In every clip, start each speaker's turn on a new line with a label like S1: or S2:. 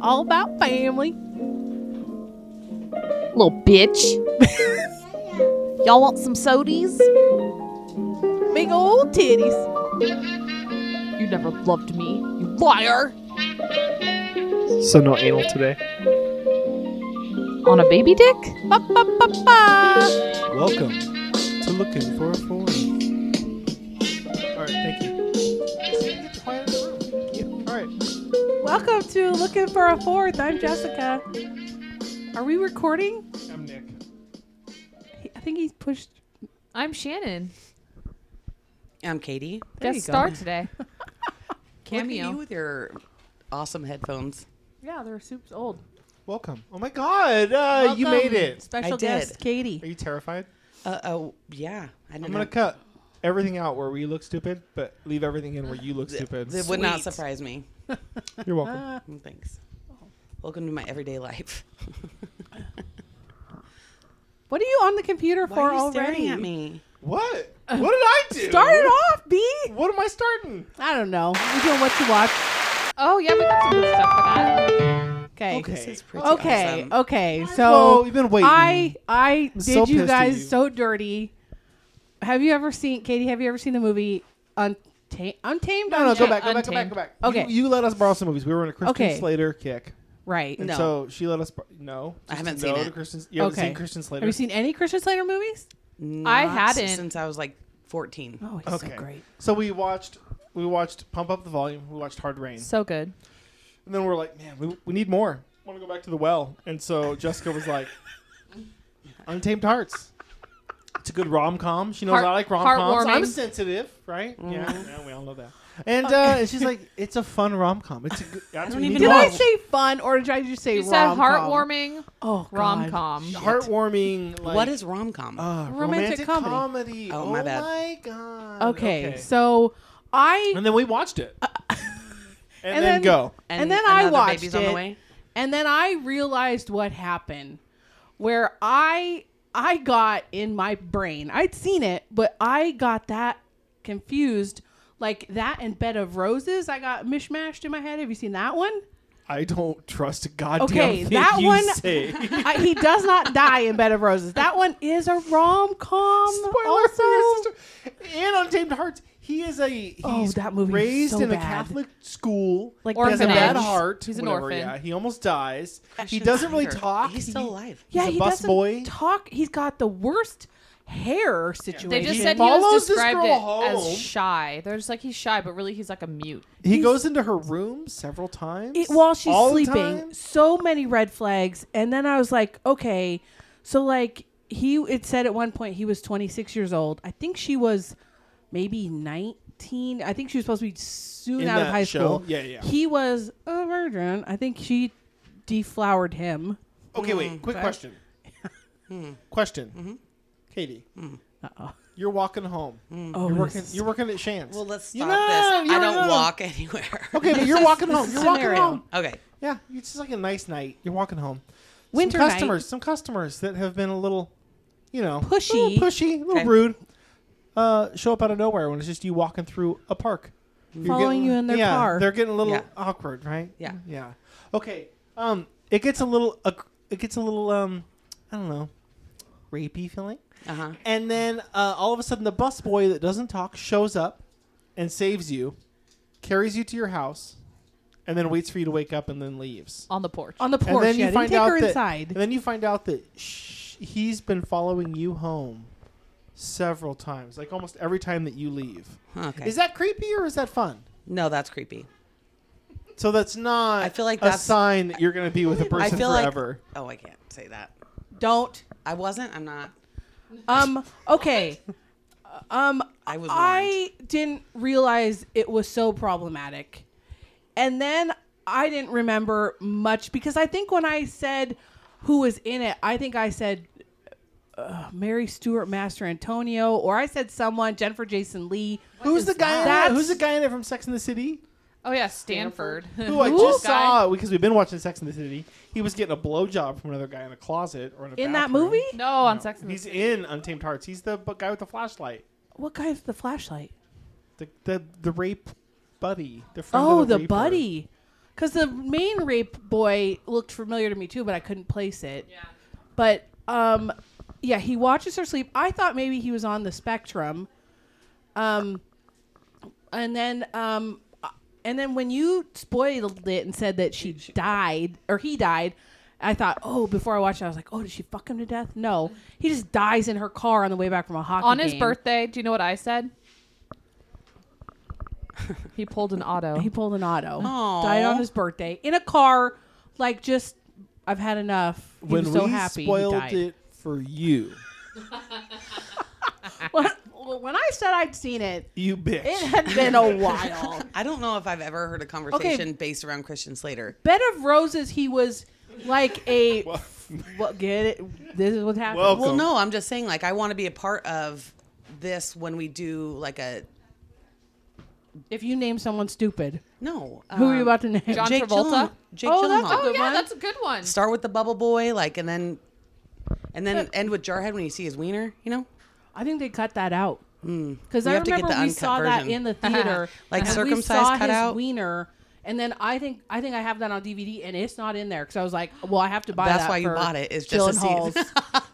S1: All about family.
S2: Little bitch. Y'all want some sodies?
S1: Big old titties.
S2: You never loved me, you liar!
S3: So no anal today.
S2: On a baby dick?
S1: Ba, ba, ba, ba.
S4: Welcome to Looking for a Four.
S3: All right, thank you. Get quiet in the room. All right.
S1: Welcome to Looking for a Fourth. I'm Jessica. Are we recording?
S3: I'm Nick.
S1: He- I think he's pushed.
S2: I'm Shannon.
S5: I'm Katie.
S1: There
S2: Guest
S1: you go.
S2: star today.
S5: Look at you
S2: Cameo.
S5: with your awesome headphones.
S1: Yeah, they're soup's old.
S3: Welcome. Oh my God, uh, you
S1: Welcome,
S3: made it.
S1: Special
S5: I did.
S1: guest Katie.
S3: Are you terrified?
S5: Uh, oh, yeah. I don't
S3: I'm gonna
S5: know.
S3: cut everything out where we look stupid, but leave everything in where you look stupid.
S5: It would not
S1: Sweet.
S5: surprise me. Mm,
S3: You're welcome.
S5: Thanks. Welcome to my everyday life.
S1: What are you on the computer
S5: Why
S1: for
S5: are you
S1: already?
S5: staring at me?
S3: What? What did I do?
S1: Start it off, B.
S3: What am I starting?
S1: I don't know. You're doing what you watch.
S2: Oh, yeah, we got some good stuff for that.
S1: Okay.
S3: Okay.
S5: This is pretty
S1: Okay.
S5: awesome.
S1: Okay.
S3: Oh,
S1: So
S3: you've been waiting.
S1: I I did
S3: so pissed
S1: you
S3: at
S1: guys
S3: you.
S1: so dirty. Have you ever seen Katie? Have you ever seen the movie Untamed? Untamed?
S3: No, no, go
S1: Untamed?
S3: back, go back, go back, go back.
S1: Okay.
S3: You, you let us borrow some movies. We were in a Christian
S1: Okay.
S3: Slater kick,
S1: Right.
S3: and
S5: No.
S3: so she let us. Bor- no,
S5: I haven't
S3: Just no
S5: seen
S3: to
S5: it.
S3: Christian, you haven't
S1: Okay.
S3: seen Christian Slater.
S1: Have you seen any Christian Slater movies?
S2: I
S5: Not
S2: hadn't.
S5: Since I was like 14.
S1: Oh, he's
S3: Okay.
S1: so great.
S3: So we watched. We watched Pump Up the Volume. We watched Hard Rain.
S2: So good.
S3: And then we're like, man, we, we need more. want to go back to the well. And so Jessica was like, Untamed Hearts. It's a good rom com. She knows
S2: Heart-
S3: I like rom coms.
S2: heartwarming.
S3: I'm sensitive, right? Yeah, yeah, we all know that. And, uh, and she's like, it's a fun rom com. It's a good. That's
S5: don't
S3: what you
S5: even
S3: need
S1: Did
S3: to
S1: I
S3: watch.
S1: say fun or did I just say
S2: You said
S1: rom-com?
S2: heartwarming
S1: Oh, God.
S2: rom com.
S3: heartwarming? Like,
S5: what is rom com?
S3: uh, romantic,
S1: Romantic comedy.
S3: comedy?
S5: Oh, my bad.
S3: my god.
S1: Okay, So I
S3: and then we watched it. and,
S1: and
S3: then,
S1: then-
S3: go.
S1: and then I
S5: another
S1: watched
S5: baby's on
S1: it.
S5: the way?
S1: And then I realized what happened where I I got in my brain. I'd seen it, but I got that confused like that and Bed of Roses. I got mishmashed in my head. Have you seen that one?
S3: I don't trust a goddamn
S1: Okay,
S3: thing
S1: that
S3: you
S1: one-
S3: say.
S1: I, he does not die in Bed of Roses. That one is a rom com.
S3: Spoiler
S1: Also,
S3: for your sister. And on Tamed Hearts, he is a he's
S1: Oh, that movie was
S3: raised
S1: so
S3: in a
S1: bad.
S3: Catholic school.
S1: Like
S3: he has a
S2: orphanage.
S3: bad heart.
S2: He's an
S3: whatever,
S2: orphan.
S3: Yeah, he almost dies. He
S5: Christian
S3: doesn't really
S5: Slater.
S3: talk.
S5: He's still alive.
S1: yeah,
S3: a
S1: he
S3: bus
S1: doesn't
S3: boy.
S1: talk. He's got the worst hair situation.
S2: They just
S3: He
S2: said he was
S3: follows this
S2: described
S3: girl
S2: it
S3: home.
S2: as shy. They're just like he's shy, but really he's like a mute.
S3: He goes into her room several times
S1: it, while she's
S3: All the
S1: sleeping
S3: time.
S1: so many red flags and then i was like okay so like he it said at one point he was 26 years old i think she was maybe 19 i think she was supposed to be soon
S3: In
S1: out of
S3: that
S1: high
S3: show?
S1: school
S3: Yeah, yeah.
S1: he was a virgin i think she deflowered him
S3: Okay, wait. Quick
S1: Mm-hmm.
S3: question.
S5: Hmm.
S3: question.
S5: Mm-hmm.
S3: Katie,
S5: Mm.
S1: Uh-oh.
S3: you're walking home.
S1: oh
S3: Mm-hmm. You're
S1: this
S3: working.
S1: is-
S3: You're working at Shan's.
S5: Well, let's stop
S3: You know,
S5: this. I
S3: you
S5: don't
S3: know.
S5: walk anywhere.
S3: Okay, but you're walking home. You're walking
S1: scenario.
S3: home.
S5: okay.
S3: Yeah, it's just like a nice night. You're walking home.
S1: Winter
S3: some
S1: night.
S3: customers, some customers that have been a little, you know,
S1: Pushy.
S3: a little pushy, a little
S5: Okay.
S3: rude, uh, show up out of nowhere when it's just you walking through a park, You're
S1: Following
S3: getting-
S1: you in their
S3: yeah,
S1: car.
S3: They're getting a little
S5: Yeah.
S3: awkward, right?
S5: Yeah.
S3: yeah. Okay, um, it gets a little, uh, it gets a little, um, I don't know, rapey feeling,
S5: Uh huh.
S3: and then uh, all of a sudden the busboy that doesn't talk shows up, and saves you, carries you to your house, and then waits for you to wake up and then leaves
S2: On the porch.
S1: on the porch yeah, they take her
S3: that,
S1: inside
S3: And then you find out that sh- he's been following you home several times, like almost every time that you leave.
S5: Okay.
S3: Is that creepy or is that fun?
S5: no, that's creepy.
S3: So that's not.
S5: I feel like
S3: a
S5: that's-
S3: sign that you're going to be with a
S5: I
S3: person
S5: feel
S3: forever.
S5: like. Oh, I can't say that.
S1: don't
S5: I wasn't. I'm not.
S1: um okay um
S5: I was. warned.
S1: I didn't realize it was so problematic. And then I didn't remember much because I think when I said who was in it, I think I said uh, Mary Stewart, Master Antonio, or I said someone, Jennifer Jason Lee.
S3: who's the guy? In
S1: that?
S3: that? Who's the guy in it from Sex and the City?
S2: oh yeah, Stanford.
S3: Who I
S2: Who?
S3: just
S2: Guy.
S3: saw because we've been watching Sex and the City. He was getting a blowjob from another guy in a closet or in a
S1: In that
S3: bathroom.
S1: movie?
S2: No, on Sex and the
S3: He's in Untamed Hearts. He's the bu- guy with the flashlight.
S1: What guy with the flashlight?
S3: The the, the rape buddy. The friend
S1: Oh,
S3: of the,
S1: the
S3: raper.
S1: buddy. because the main rape boy looked familiar to me too, but I couldn't place it. Yeah. But um, yeah, he watches her sleep. I thought maybe he was on the spectrum. Um, and then um, uh, and then when you spoiled it and said that she died or he died, I thought, oh, before I watched it, I was like, oh, did she fuck him to death? No, he just dies in her car on the way back from a hockey
S6: On his
S1: game.
S6: birthday, do you know what I said? he pulled an auto.
S1: He pulled an auto.
S5: Aw.
S1: Died on his birthday in a car. Like just, I've had enough. He
S3: when
S1: was so
S3: we
S1: happy. he
S3: spoiled
S1: died.
S3: it for you,
S1: When, when I said I'd seen it,
S3: you bitch.
S1: it had been a while.
S5: I don't know if I've ever heard a conversation based around Christian Slater.
S1: Bed of Roses. He was like a. Well, get it. This is what's happening.
S3: Welcome.
S5: Well, no, I'm just saying, like, I want to be a part of this when we do, like, a.
S1: if you name someone stupid,
S5: No.
S1: who are you
S5: um,
S1: about to name?
S6: John
S5: Jake
S6: Travolta?
S5: Gyllenha- Jake
S1: Oh, that's
S5: Gyllenhaal.
S1: a
S6: oh
S1: good
S6: yeah,
S1: one.
S6: that's a good one.
S5: Start with the bubble boy, like, and then. And then end with Jarhead when you see his wiener, you know?
S1: I think they cut that out because I
S5: We Hmm. have to get
S1: remember
S5: the
S1: we
S5: uncut
S1: saw that
S5: version.
S1: in the theater,
S5: Like
S1: and we
S5: circumcised
S1: saw his
S5: cut out?
S1: wiener. And then I think I think I have that on DVD, and it's not in there because I was like, well, I have to buy.
S5: That's
S1: that
S5: why you
S1: for
S5: bought it, is just to see it.
S1: Gyllenhaal's.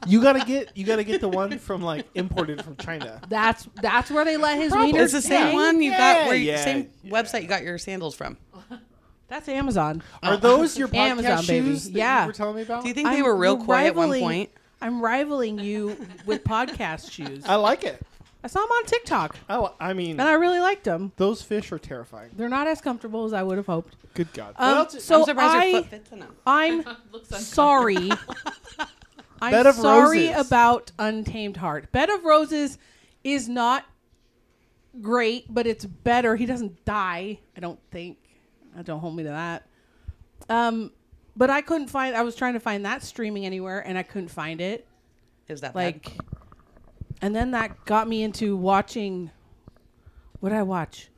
S3: you gotta get you gotta get the one from like imported from China.
S1: That's that's where they let his
S5: Probably.
S1: wiener.
S5: It's the same
S1: hang.
S5: one you got
S3: Yeah,
S5: where you,
S3: yeah,
S5: same
S3: yeah.
S5: website you got your sandals from.
S1: That's Amazon.
S3: Are those your podcast
S1: Amazon, baby.
S3: shoes that
S1: Yeah.
S3: you were telling me about?
S5: Do you think they were real
S1: you're
S5: coy at one
S1: rivaling-
S5: point?
S1: I'm rivaling you with podcast shoes.
S3: I like it.
S1: I saw them on TikTok,
S3: Oh, I mean,
S1: and I really liked them.
S3: those fish are terrifying.
S1: They're not as comfortable as I would have hoped.
S3: Good God.
S1: Um,
S3: What else-
S1: so
S5: I'm surprised
S1: I,
S5: your foot fits enough.
S1: I'm sorry. I'm
S3: Bed of
S1: sorry
S3: Roses.
S1: about Untamed Heart. Bed of Roses is not great, but it's better. He doesn't die, I don't think. I don't hold me to that. Um, but I couldn't find. I was trying to find that streaming anywhere, and I couldn't find it.
S5: Is that like
S1: Like, and then that got me into watching. What did I watch?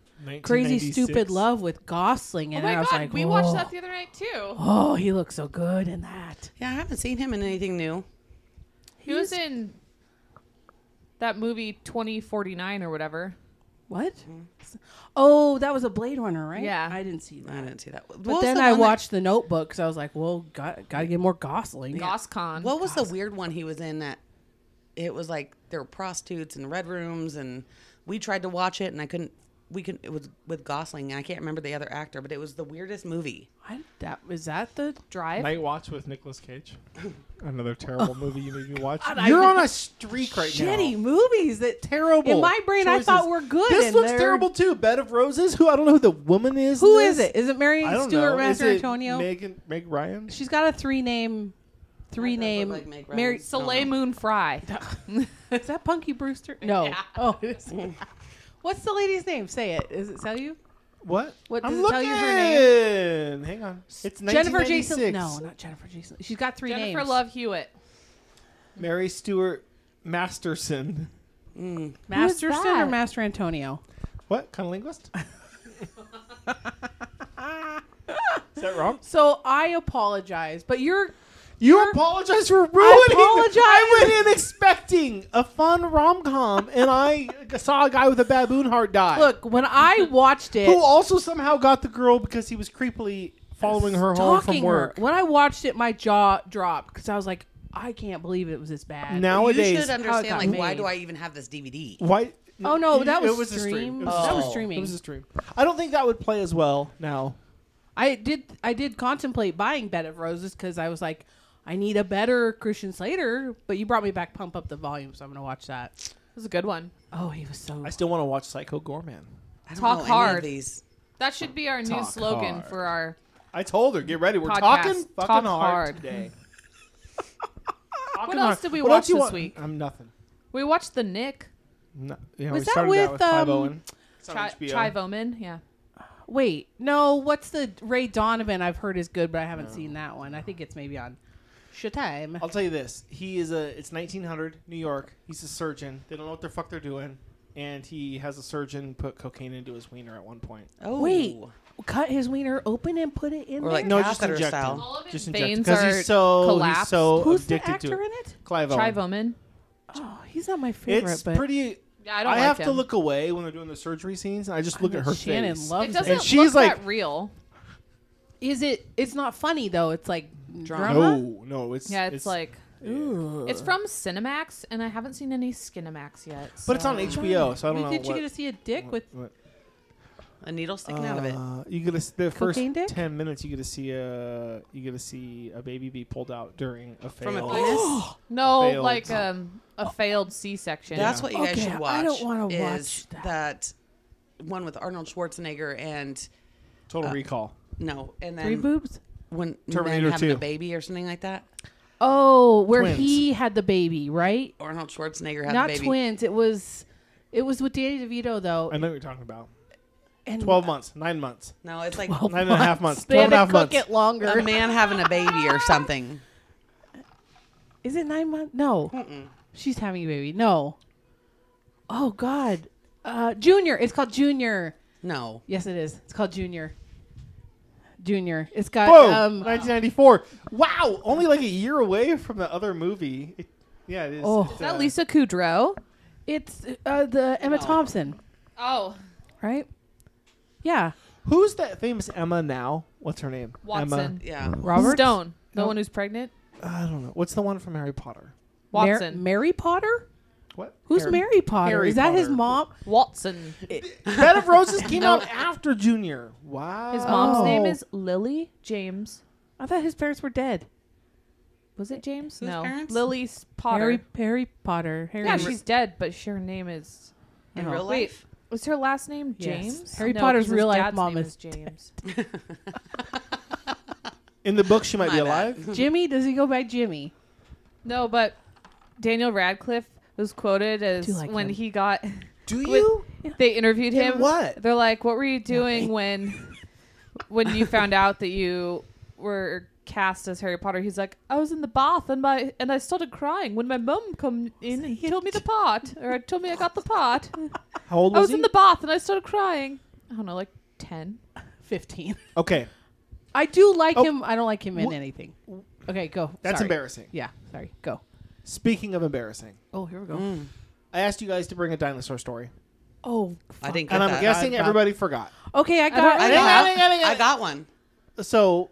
S1: Crazy Stupid
S3: 1996.
S1: Love with Gosling,
S6: oh
S1: and
S6: my
S1: I was
S6: god,
S1: like,
S6: we
S1: oh,
S6: watched that the other night too.
S1: oh, he looks so good in that.
S5: Yeah, I haven't seen him in anything new.
S6: He was in that movie 2049 or whatever.
S1: What? Oh, that was a Blade Runner, right?
S6: Mm-hmm. Yeah.
S1: I didn't see
S5: I
S1: that.
S5: didn't see that. What
S1: But
S5: was
S1: then
S5: the
S1: I
S5: one that-
S1: watched The Notebook because I was like, well, got, gotta get more Gosling.
S6: GossCon.
S5: what was the weird one he was in that it was like there were prostitutes and red rooms and we tried to watch it and I couldn't we could it was with Gosling and I can't remember the other actor, but it was the weirdest movie.
S1: I, that was that the
S6: Drive.
S4: Night Watch with Nicolas Cage. Another terrible movie you made me watch.
S1: I-
S3: You're on a streak right
S1: shitty
S3: now.
S1: movies that
S3: Terrible.
S1: In my brain, I
S3: choices.
S1: thought were good,
S3: This
S1: and
S3: looks
S1: they're-
S3: terrible too. Bed of Roses. Who I don't know who the woman is.
S1: Who
S3: in
S1: is
S3: this.
S1: it? Is it Mary
S3: I don't
S1: Stuart
S3: know.
S1: Master
S3: is it
S1: Antonio?
S3: Megan Meg Ryan.
S1: She's got a three name, three
S5: does look
S1: name.
S5: like Meg
S1: Mary.
S5: Ryan's.
S6: Soleil Moon Fry.
S1: Is that Punky Brewster? No.
S6: Yeah.
S1: Oh, it is. What's the lady's name? Say it. Is it tell you?
S3: What?
S1: What,
S3: I'm
S1: does it
S3: looking.
S1: tell you her
S3: Hang on. It's
S1: Jennifer Jason.
S3: 1996.
S1: No, not Jennifer Jason. She's got three names.
S6: Jennifer Love Hewitt.
S3: Mary Stuart Masterson.
S1: Masterson or
S6: that?
S1: Master Antonio?
S3: What kind of linguist? Is that wrong?
S1: So I apologize, but you're
S3: You apologize for ruining.
S1: apologize.
S3: I went in expecting a fun rom com, and I saw a guy with a baboon heart die.
S1: look when I watched it,
S3: who also somehow got the girl because he was creepily following her home
S1: stalking
S3: from
S1: her,
S3: work.
S1: When I watched it, my jaw dropped because I was like, I can't believe it was this bad.
S3: Nowadays,
S5: you should understand
S1: got
S5: like why
S1: made.
S5: do I even have this DVD?
S3: why?
S1: Oh, no,
S3: you-
S1: that was
S3: it was a
S1: stream.
S3: stream. It
S1: Oh. That was
S3: a stream.
S1: streaming.
S3: It was a stream. I don't think that would play as well now.
S1: I did. I did contemplate buying Bed of Roses because I was like, I need a better Christian Slater. But you brought me back. Pump up the volume, so I'm gonna watch that.
S6: It was a good one.
S1: Oh, he was so.
S3: I still want to watch Psycho Gorman.
S5: I don't
S6: Talk
S5: know any of
S6: hard.
S5: these.
S6: That should be our new
S3: Talk
S6: slogan
S3: hard.
S6: for our
S3: I told her, get ready. We're
S6: Podcast.
S3: talking fucking
S6: Talk
S3: hard,
S6: hard.
S3: today.
S6: What else did we
S3: What
S6: watch
S3: else you
S6: this
S3: want?
S6: week?
S3: I'm nothing.
S6: We watched The Nick.
S3: No, yeah,
S1: Was
S3: we
S1: that
S3: started that
S1: with,
S3: with Clive
S1: um,
S3: Owen. It's on
S6: Chi-
S3: HBO.
S6: Chive Omen. Yeah.
S1: Wait, no. What's the Ray Donovan? I've heard is good, but I haven't seen that one. I think it's maybe on Showtime.
S3: I'll tell you this. He is a. It's 1900, New York. He's a surgeon. They don't know what the fuck they're doing, and he has a surgeon put cocaine into his wiener at one point.
S5: Oh.
S1: Wait, cut his wiener open and put it in
S5: Or,
S1: there.
S5: like,
S3: No, just
S5: Catheter
S3: inject
S5: style.
S3: him.
S6: All of his
S3: Just inject
S6: veins
S3: because
S6: are
S3: he's so he's
S6: collapsed.
S3: so
S1: Who's the
S3: addicted
S1: actor
S3: to
S1: in
S3: it.
S1: it?
S3: Clive Owen.
S6: Chive Omen.
S1: Oh, he's not my favorite,
S3: It's
S1: but
S3: pretty.
S6: Yeah, I
S3: I,
S6: don't like
S3: have
S6: him.
S3: to look away when they're doing the surgery scenes, and I just look at her
S1: Shannon
S3: face.
S6: It
S1: loves it.
S6: doesn't
S3: she's
S6: look
S3: like-
S6: that real.
S1: is it? It's not funny though. It's like drama.
S3: No, no, it's
S6: Yeah, it's, like it's from Cinemax, and I haven't seen any Skinemax yet.
S3: but it's on
S6: so-
S3: HBO, so I don't know.
S1: Did
S3: what-
S1: you get to see a dick with?
S3: what-
S5: A needle sticking out of it.
S3: Uh, You get to the first
S1: Cocaine dick?
S3: ten minutes. You get to see a you get to see a baby be pulled out during a fail.
S5: From a penis.
S6: No,
S3: failed.
S6: like um, a failed C-section.
S5: That's what you guys
S1: Okay,
S5: should watch.
S1: I don't wanna
S5: is
S1: watch that.
S5: that one with Arnold Schwarzenegger and
S3: Total Recall.
S5: no, and then
S1: Three boobs.
S5: when and then
S3: Terminator
S5: having a
S3: 2.
S5: baby or something like that.
S1: Oh, where
S3: Twins.
S1: he had the baby, right?
S5: Arnold Schwarzenegger had
S1: Not
S5: a baby.
S1: twins. It was, it was with Danny DeVito though.
S3: I know what you're talking about.
S1: and
S3: Twelve months, nine months,
S5: No, it's like
S3: nine and a half months,
S1: They
S3: twelve
S1: had
S3: and a
S1: to
S3: half
S1: cook
S3: months.
S1: it longer.
S5: a man having a baby or something.
S1: Is it nine months? No. She's having a baby. No. Oh God. Uh, junior. It's called Junior.
S5: No,
S1: Yes, it is. It's called Junior. Junior. It's got
S3: Whoa,
S1: um.
S3: 1994. Wow, only like a year away from the other movie. It- yeah, it is.
S1: Oh.
S3: It's,
S1: Is
S6: Is that
S3: uh,
S6: Lisa Kudrow?
S1: It's uh, the Emma
S5: No.
S1: Thompson,
S6: Oh,
S1: right? Yeah.
S3: Who's that famous Emma now? What's her name?
S6: Watson.
S5: yeah,
S1: Robert
S6: Stone, the
S1: No.
S6: one who's pregnant.
S3: Emma. I don't know. What's the one from Harry Potter?
S1: Mar-
S6: Watson.
S1: Mary Potter.
S3: What?
S1: Who's
S3: Harry-
S1: Mary Potter?
S3: Harry
S1: is that his
S3: Potter.
S1: mom?
S6: Watson.
S3: Bed of Roses came out after Junior. Wow.
S6: His mom's name
S1: Oh.
S6: is Lily James.
S1: I thought his parents were dead.
S6: Was it James?
S5: Whose
S6: no,
S5: parents?
S6: Lily S- Potter.
S1: Harry Harry Potter. Harry.
S6: yeah, she's dead, but her name is.
S5: in
S1: No.
S5: real
S6: Wait.
S5: life.
S6: Was her last name
S1: Yes.
S6: James?
S1: Harry
S6: No,
S1: Potter's
S6: 'cause his
S1: real life
S6: dad's
S1: mom
S6: name
S1: is
S6: James.
S3: In the book, she might
S5: My
S3: be
S5: bad.
S3: alive.
S1: Jimmy. Does he go by Jimmy?
S6: no, but Daniel Radcliffe was quoted as
S1: Do like
S6: when
S1: him.
S6: he got.
S3: Do
S6: With-
S3: you?
S6: They interviewed
S3: In
S6: him.
S3: what?
S6: They're like, "What were you doing when, when you found out that you were cast as Harry Potter?" He's like, "I was in the bath and my and I started crying when my mom come in and told me the pot or told me I got the pot.
S3: How old
S6: I
S3: was,
S6: was
S3: he?
S6: in the bath and I started crying. I don't know, like ten.
S1: Fifteen.
S3: okay,
S1: I do like
S3: Oh.
S1: him. I don't like him in
S3: Wh-
S1: anything. Okay, go.
S3: that's
S1: Sorry.
S3: embarrassing.
S1: Yeah, sorry. Go.
S3: Speaking of embarrassing,
S1: Oh, here we go.
S3: Mm. I asked you guys to bring a dinosaur story,
S1: Oh,
S5: I didn't get
S3: and I'm
S5: that.
S3: guessing
S5: I,
S3: everybody forgot.
S1: okay. I
S6: don't-
S1: got.
S5: I
S1: I
S5: got,
S3: I got it.
S5: I got one.
S3: So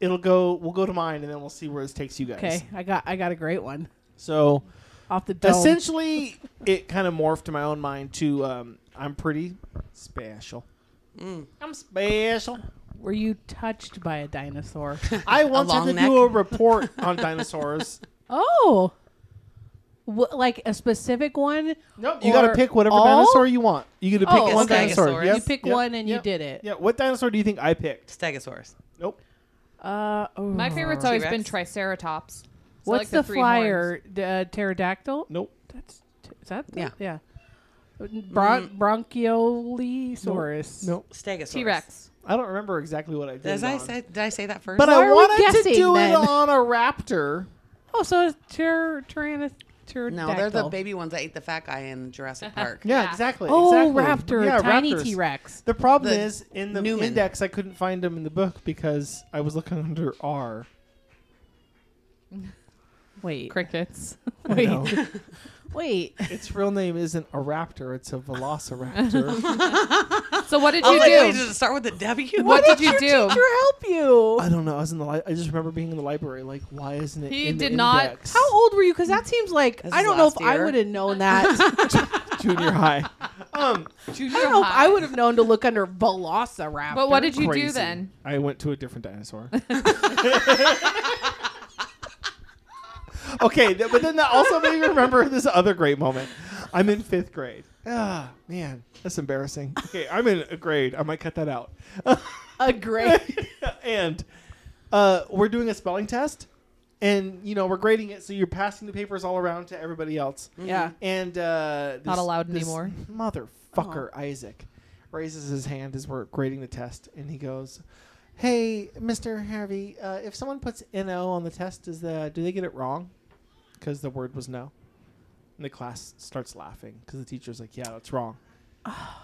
S3: it'll go. We'll go to mine, and then we'll see where this takes you guys.
S1: okay, I got. I got a great one
S3: So
S1: off the dome.
S3: essentially, it kind of morphed in my own mind to um, I'm pretty special. I'm special.
S1: Were you touched by a dinosaur?
S3: I
S5: long
S3: wanted to
S5: neck.
S3: do a report on dinosaurs.
S1: oh, Wh- like a specific one.
S3: Nope. You got to
S1: Or
S3: pick whatever
S1: all?
S3: dinosaur you want. You get to pick
S1: Oh,
S3: one
S5: okay.
S3: dinosaur.
S5: Stegosaurus.
S3: Yep,
S1: You pick
S3: yep,
S1: one and
S3: yep.
S1: you did it.
S3: Yeah. What dinosaur do you think I picked?
S5: Stegosaurus.
S3: Nope.
S1: Uh, oh.
S6: My favorite's always been
S5: T-Rex?
S6: Triceratops. So I
S1: What's
S6: like
S1: the,
S6: three horns.
S1: flyer? D- uh, pterodactyl.
S3: Nope.
S1: That's t- is that the-
S5: Yeah. Mm.
S1: yeah. Bron- Bronchiosaurus.
S3: Nope.
S5: Stegosaurus.
S6: T-Rex.
S3: I don't remember exactly what I did.
S5: Did I
S3: on.
S5: say? Did I say that first?
S3: But
S1: Why are
S3: I
S1: we
S3: wanted to
S1: guessing
S3: do
S1: then?
S3: it on a raptor.
S1: Oh, so it's tyr- tyrannis- pterodactyl.
S5: no, they're the baby ones that ate the fat guy in Jurassic Park.
S3: Yeah,
S6: Yeah.
S3: exactly.
S1: Oh,
S3: exactly.
S1: raptor,
S3: Yeah,
S1: tiny
S3: raptors.
S1: T Rex.
S3: The problem
S5: The
S3: is in the
S5: Newman.
S3: index, I couldn't find them in the book because I was looking under R.
S1: Wait,
S6: Crickets.
S3: I know.
S1: wait.
S3: its real name isn't a raptor; it's a velociraptor.
S6: So what did
S5: I
S6: you
S5: was like, wait,
S6: do?
S5: did it start with a W?
S6: What did you do?
S1: Teacher, help you.
S5: Uh,
S3: I don't know. I was in the. Li- I just remember being in the library. Like, why isn't it?
S6: He
S3: in the
S6: did not-
S3: Index?
S1: How old were you? Because that seems like
S5: This
S1: I
S5: is
S1: don't know if
S5: last
S1: I
S5: year.
S1: would have known that.
S3: junior high? Um,
S1: I don't know if I would have known to look under Velociraptor.
S6: But what did you
S3: crazy.
S6: do then?
S3: I went to a different dinosaur. okay, th- but then that also made me remember this other great moment. I'm in fifth grade. Ah, man, that's embarrassing. Okay, I'm in a grade. I might cut that out.
S1: a great?
S3: and uh, we're doing a spelling test, and you know we're grading it, so you're passing the papers all around to everybody else.
S1: yeah.
S3: And uh, this,
S6: Not allowed
S3: this
S6: anymore.
S3: Motherfucker, Isaac raises his hand as we're grading the test, and he goes, "Hey, Mister Harvey, uh, if someone puts no on the test, is the do they get it wrong? Because the word was no." And the class starts laughing because the teacher's like, "Yeah, that's wrong."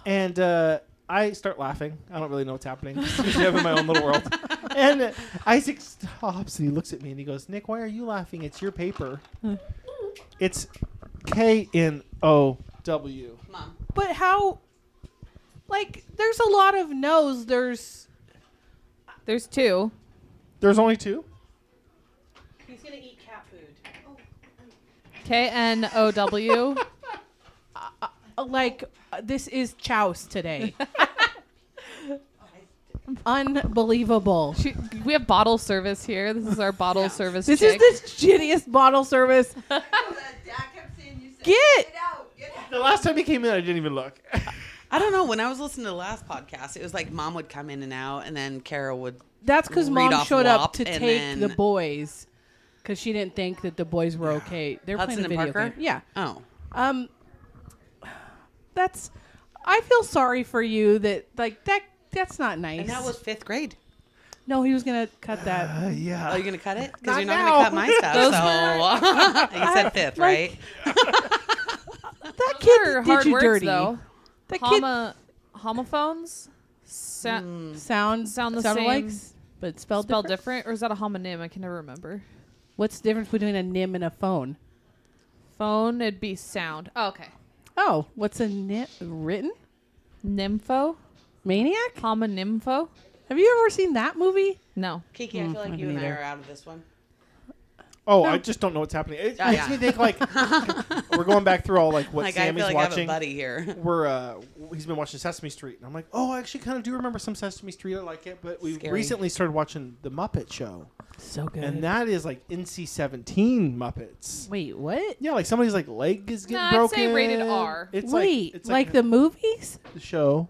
S3: and uh, I start laughing. I don't really know what's happening. Usually I'm in my own little world. And Isaac stops and he looks at me and he goes, "Nick, why are you laughing? It's your paper. it's K N O W."
S5: Mom.
S1: But how? Like, there's a lot of no's. There's.
S6: There's two.
S4: There's only two.
S1: He's gonna eat cat food.
S6: K N O W.
S1: Like uh, this is Chouse today. Unbelievable.
S6: She- We have bottle service here. This is our bottle service.
S1: This
S6: chick.
S1: is the shittiest bottle service. Get
S3: The last time he came in, I didn't even look.
S5: I don't know. When I was listening to the last podcast, it was like mom would come in and out, and then Carol would.
S1: that's because
S5: Read
S1: mom
S5: off
S1: showed up
S5: WAP
S1: to
S5: and
S1: take
S5: then-
S1: the boys because she didn't think that the boys were okay. They're
S5: Hudson
S1: playing a video
S5: and Parker?
S1: game. Yeah.
S5: Oh,
S1: Um, that's. I feel sorry for you that like that. That's not nice.
S5: and that was fifth grade.
S1: no. He was gonna cut
S4: Uh,
S1: that.
S3: yeah.
S5: Oh, you're gonna cut it
S3: Not
S5: because you're not
S3: now.
S5: gonna cut my stuff. so you said fifth, right?
S1: that kid
S6: Those are
S1: did you dirty.
S6: though.
S1: That
S6: Homo- homophones sa-
S1: kid sound
S6: Sound the
S1: sound
S6: same.
S1: alikes, but Mm. spelled
S6: spelled
S1: different.
S6: different, or is that a homonym? I can never remember.
S1: What's the difference between a nim and a phone?
S6: Phone, it'd be sound. Oh, okay.
S1: Oh, what's a nim written?
S6: Nympho?
S1: Maniac?
S6: Homonympho?
S1: Have you ever seen that movie?
S6: No.
S5: Kiki, I feel
S3: Mm,
S5: like you and I
S1: neither.
S5: are out of this one.
S4: Oh, I just don't know what's happening. It
S5: Oh,
S4: makes
S5: yeah.
S4: me think like we're going back through all like what
S5: like I
S4: Sammy's
S5: feel like I
S4: watching.
S5: have a buddy here.
S4: We're uh, he's been watching Sesame Street, and I'm like, oh, I actually kind of do remember some Sesame Street. I like it, but we
S5: Scary.
S4: recently started watching The Muppet Show,
S1: So good.
S4: and that is like NC-17 Muppets.
S1: Wait, what?
S4: Yeah, like somebody's like leg is getting
S6: Nah, I'd
S4: broken.
S6: say rated R.
S4: It's
S1: Wait,
S4: like, it's
S1: like, the movies?
S4: the show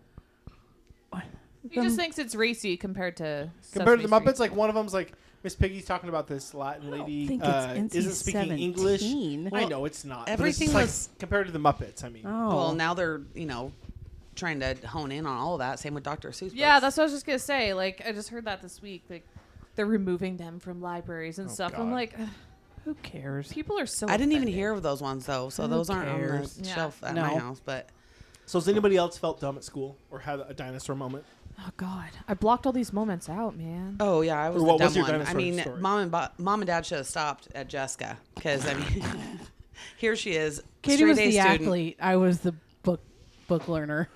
S6: He just thinks it's racy compared to
S4: compared to the
S6: Sesame
S4: Muppets.
S6: Street.
S4: Like one of them's like Miss Piggy's talking about this Latin
S1: I don't
S4: lady
S1: think it's
S4: uh, isn't speaking English.
S1: NC-17.
S4: I know it's not.
S5: everything
S4: Everything but it's
S5: was-
S4: just, like, compared to the Muppets. I mean,
S1: Oh.
S5: Well, now they're you know trying to hone in on all of that. Same with Dr. Seuss.
S6: Yeah,
S5: books.
S6: that's what I was just gonna say. Like, I just heard that this week. Like, they're removing them from libraries and stuff. I'm
S4: Oh, God.
S6: like, ugh,
S1: Who cares?
S6: people are so.
S5: I didn't even
S6: offended.
S5: hear of those ones though, so those aren't on
S1: cares?
S5: the
S6: Yeah.
S5: shelf at
S1: No.
S5: my house. But
S4: So has anybody else felt dumb at school or had a dinosaur moment?
S6: Oh God, I blocked all these moments out, man.
S5: oh yeah, I was
S4: Or
S5: the
S4: what
S5: dumb
S4: was your
S5: one. I
S4: dinosaur
S5: mean,
S4: story?
S5: mom and bo- mom and dad should have stopped at Jessica because I mean, here she is,
S1: Katie
S5: straight
S1: was
S5: A
S1: the
S5: student.
S1: athlete. I was the book book learner.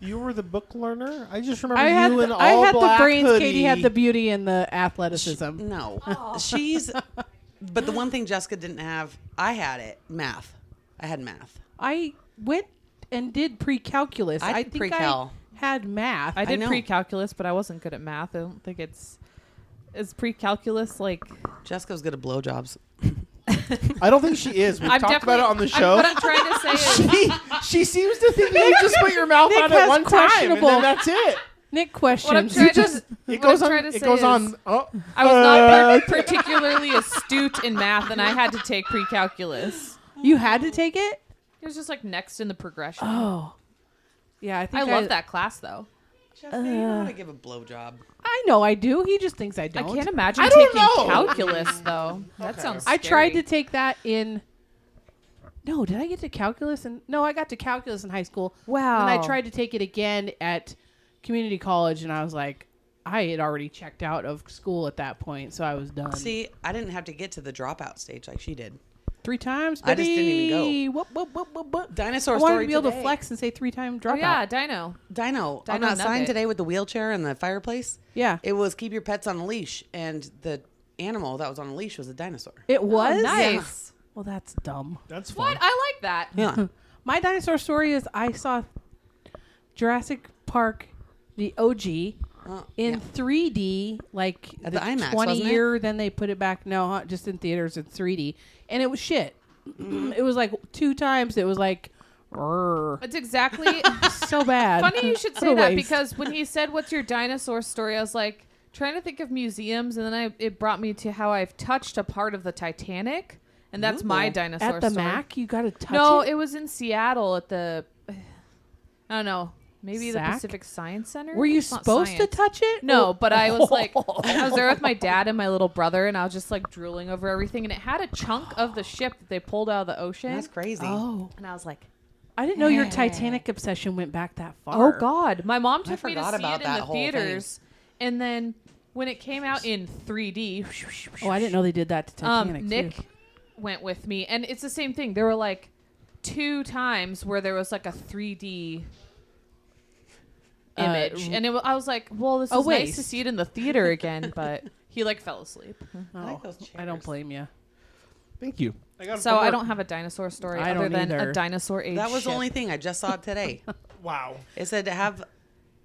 S4: You were the book learner. I just remember
S1: I had,
S4: you in
S1: the,
S4: all
S1: I had the
S4: black
S1: brains.
S4: hoodie.
S1: Katie had the beauty and the athleticism.
S5: No, she's. But the one thing Jessica didn't have, I had it. Math. I had math.
S1: I went and did pre-calculus.
S5: I
S1: I,
S5: did
S1: think
S5: pre-cal.
S1: I had math.
S6: I did
S5: know.
S6: pre-calculus, but I wasn't good at math. I don't think it's is pre-calculus like.
S5: Jessica's good at blowjobs.
S4: I don't think she is. We
S6: I'm
S4: have talked about
S6: definitely
S4: it on the show.
S6: What I'm trying to say is,
S4: she, she seems to think that you just put your mouth
S1: Nick
S4: on
S1: has
S4: it one time and
S1: questionable-
S4: then that's it.
S1: Nick
S6: what I'm
S1: questions.
S6: trying to, what
S4: It goes
S6: I'm
S4: on.
S6: trying to
S4: It
S6: say
S4: goes
S6: is,
S4: on. Oh,
S6: I was not
S4: uh,
S6: particularly astute in math, and I had to take pre-calculus.
S1: you had to take it.
S6: It was just like next in the progression.
S1: Oh, yeah. I
S6: I
S1: think
S6: love that class though.
S5: Jessica, you know how to give a blowjob.
S1: I know I do. He just thinks I
S6: I
S1: don't.
S6: can't imagine
S4: I don't
S6: taking
S4: know.
S6: calculus though. That sounds.
S1: I tried to
S6: scary.
S1: take that in. No, did I get to calculus? And no, I got to calculus in high school.
S6: Wow.
S1: And I tried to take it again at community college, and I was like, I had already checked out of school at that point, so I was done.
S5: See, I didn't have to get to the dropout stage like she did.
S1: three times.
S5: I just didn't even go.
S1: baby. Whoop, whoop, whoop, whoop, whoop.
S5: Dinosaur
S1: I wanted
S5: story
S1: to be able
S5: today.
S1: to flex and say three time
S6: Oh
S1: dropout.
S6: yeah, Dino.
S5: Dino, on
S6: Dino
S5: that sign
S6: Nugget.
S5: today with the wheelchair and the fireplace.
S1: Yeah.
S5: It was keep your pets on a leash, and the animal that was on a leash was a dinosaur.
S1: It was
S6: Oh, nice.
S1: Well, that's dumb.
S4: that's
S6: What?
S4: fun.
S6: I like that.
S5: Yeah.
S1: My dinosaur story is I saw Jurassic Park, the OG,
S5: Uh,
S1: in
S5: yeah.
S1: 3D, like
S5: At the IMAX,
S1: 20
S5: wasn't it?
S1: year. Then they put it back. No, huh, just in theaters in 3D, and it was shit.
S6: Mm.
S1: it was like two times. It was like, "Rrr."
S6: It's exactly
S1: so bad.
S6: funny you should
S1: What
S6: say
S1: a
S6: that
S1: waste.
S6: because when he said, "What's your dinosaur story?" I was like trying to think of museums, and then I it brought me to how I've touched a part of the Titanic, and that's my dinosaur
S1: at the
S6: story.
S1: Mac you got to touch
S6: No,
S1: it.
S6: it was in Seattle at the. I don't know. Maybe
S1: Sac?
S6: the Pacific Science Center.
S1: Were you
S6: It's not
S1: supposed to
S6: science.
S1: touch it?
S6: No, but I was like, I was there with my dad and my little brother, and I was just like drooling over everything. And it had a chunk of the ship that they pulled out of the ocean.
S5: That's crazy.
S1: Oh,
S6: And I was like,
S1: I didn't know your Titanic obsession went back that
S6: oh
S1: far.
S6: God. My mom took me to
S5: forgot
S6: see
S5: about
S6: it in
S5: that
S6: the
S5: whole thing.
S6: theaters. And then when it came out in 3D,
S1: Oh, I didn't know they did that to
S6: um,
S1: Titanic.
S6: Nick
S1: too.
S6: went with me. And it's the same thing. There were like two times where there was like a 3D. image, and it, wa- I was like, "Well, this
S1: Uh, A
S6: is nice to
S1: waste.
S6: see it in the theater again," but he like fell asleep.
S5: I
S1: Oh,
S5: like those
S1: I don't
S5: chairs.
S1: blame you.
S7: Thank you.
S3: I got it
S6: So
S3: from
S6: I
S3: work.
S6: don't have a dinosaur story
S1: I
S6: other
S1: don't
S6: than
S1: either.
S6: a dinosaur age.
S5: That was the
S6: ship.
S5: only thing I just saw it today.
S3: Wow.
S5: It said to have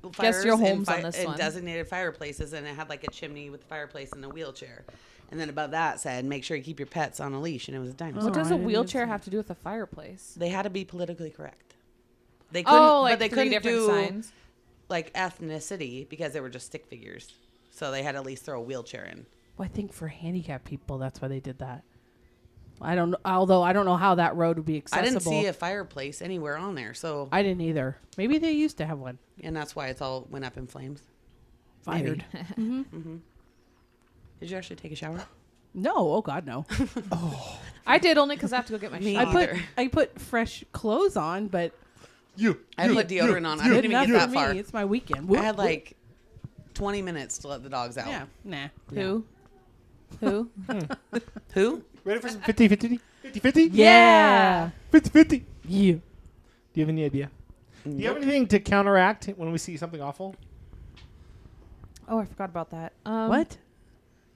S6: Guess
S5: fires
S6: your
S5: and,
S6: home's on this
S5: and
S6: one.
S5: designated fireplaces, and it had like a chimney with a fireplace and a wheelchair. And then above that said, make sure you keep your pets on a leash, and it was a dinosaur.
S6: What does
S1: I
S6: a
S1: didn't even
S6: wheelchair have to do with a fireplace?
S5: They had to be politically correct. They couldn't,
S6: Oh, like
S5: but they
S6: three
S5: couldn't
S6: different
S5: do
S6: signs.
S5: like ethnicity because they were just stick figures. So they had to at least throw a wheelchair in.
S1: Well, I think for handicapped people, that's why they did that. I don't. Although I don't know how that road would be
S5: I
S1: accessible.
S5: didn't see a fireplace anywhere on there, so
S1: I didn't either. Maybe they used to have one.
S5: and that's why it's all went up in flames.
S1: Fired.
S5: Did you actually take a shower?
S1: No. Oh God, no.
S6: I did only because I have to go get my
S5: Me
S6: shoes.
S1: I put
S5: Either.
S1: I put fresh clothes on, but
S3: You.
S5: I
S3: you,
S5: put
S3: you,
S5: deodorant on. I
S3: you,
S5: didn't even
S1: enough
S5: get
S1: for
S5: that far.
S1: me. It's my weekend.
S5: I
S1: Whoop,
S5: had
S1: whoop.
S5: like oh. 20 minutes to let the dogs out.
S1: yeah, nah.
S6: Who? Who?
S5: Who?
S3: Ready for some 50 50? 50 50?
S1: Yeah.
S3: 50 50. Do
S1: You.
S3: you have any idea? Do you have anything to counteract when we see something awful?
S6: Oh, I forgot about that. Um,
S1: what?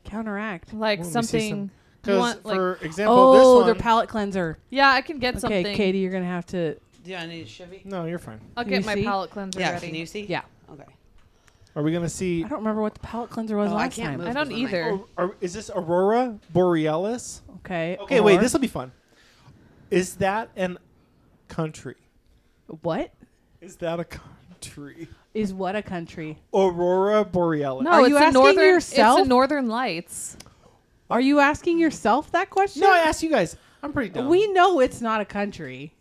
S1: Counteract.
S3: Let
S6: Like
S3: me see
S6: something. you
S3: Because,
S6: want, like,
S3: for example,
S1: Oh,
S3: this
S1: their
S3: one.
S1: palate cleanser.
S6: yeah, I can get
S1: Okay,
S6: something.
S1: Katie, you're gonna have to.
S5: Do I need a shivvy?
S3: no, you're fine.
S6: I'll
S1: Can
S6: get
S1: you
S6: my
S1: see?
S6: palate cleanser
S5: Yeah,
S6: ready.
S5: can you see?
S1: Yeah.
S5: Okay.
S3: Are we going to see.
S1: I don't remember what the palate cleanser was
S5: Oh, I
S1: last
S5: can't
S1: time.
S5: move.
S6: I don't
S5: Those are my-
S6: either.
S3: Or, or, is this Aurora Borealis?
S1: Okay.
S3: Okay, wait,
S1: or-
S3: this will be fun. Is that an country?
S1: what
S3: Is that a country?
S1: is what a country?
S3: Aurora Borealis.
S6: No,
S1: Are
S6: it's
S1: you
S6: a
S1: asking
S6: northern.
S1: yourself?
S6: It's a Northern Lights.
S1: Are you asking yourself that question?
S3: No, I asked you guys. I'm pretty dumb.
S1: We know it's not a country.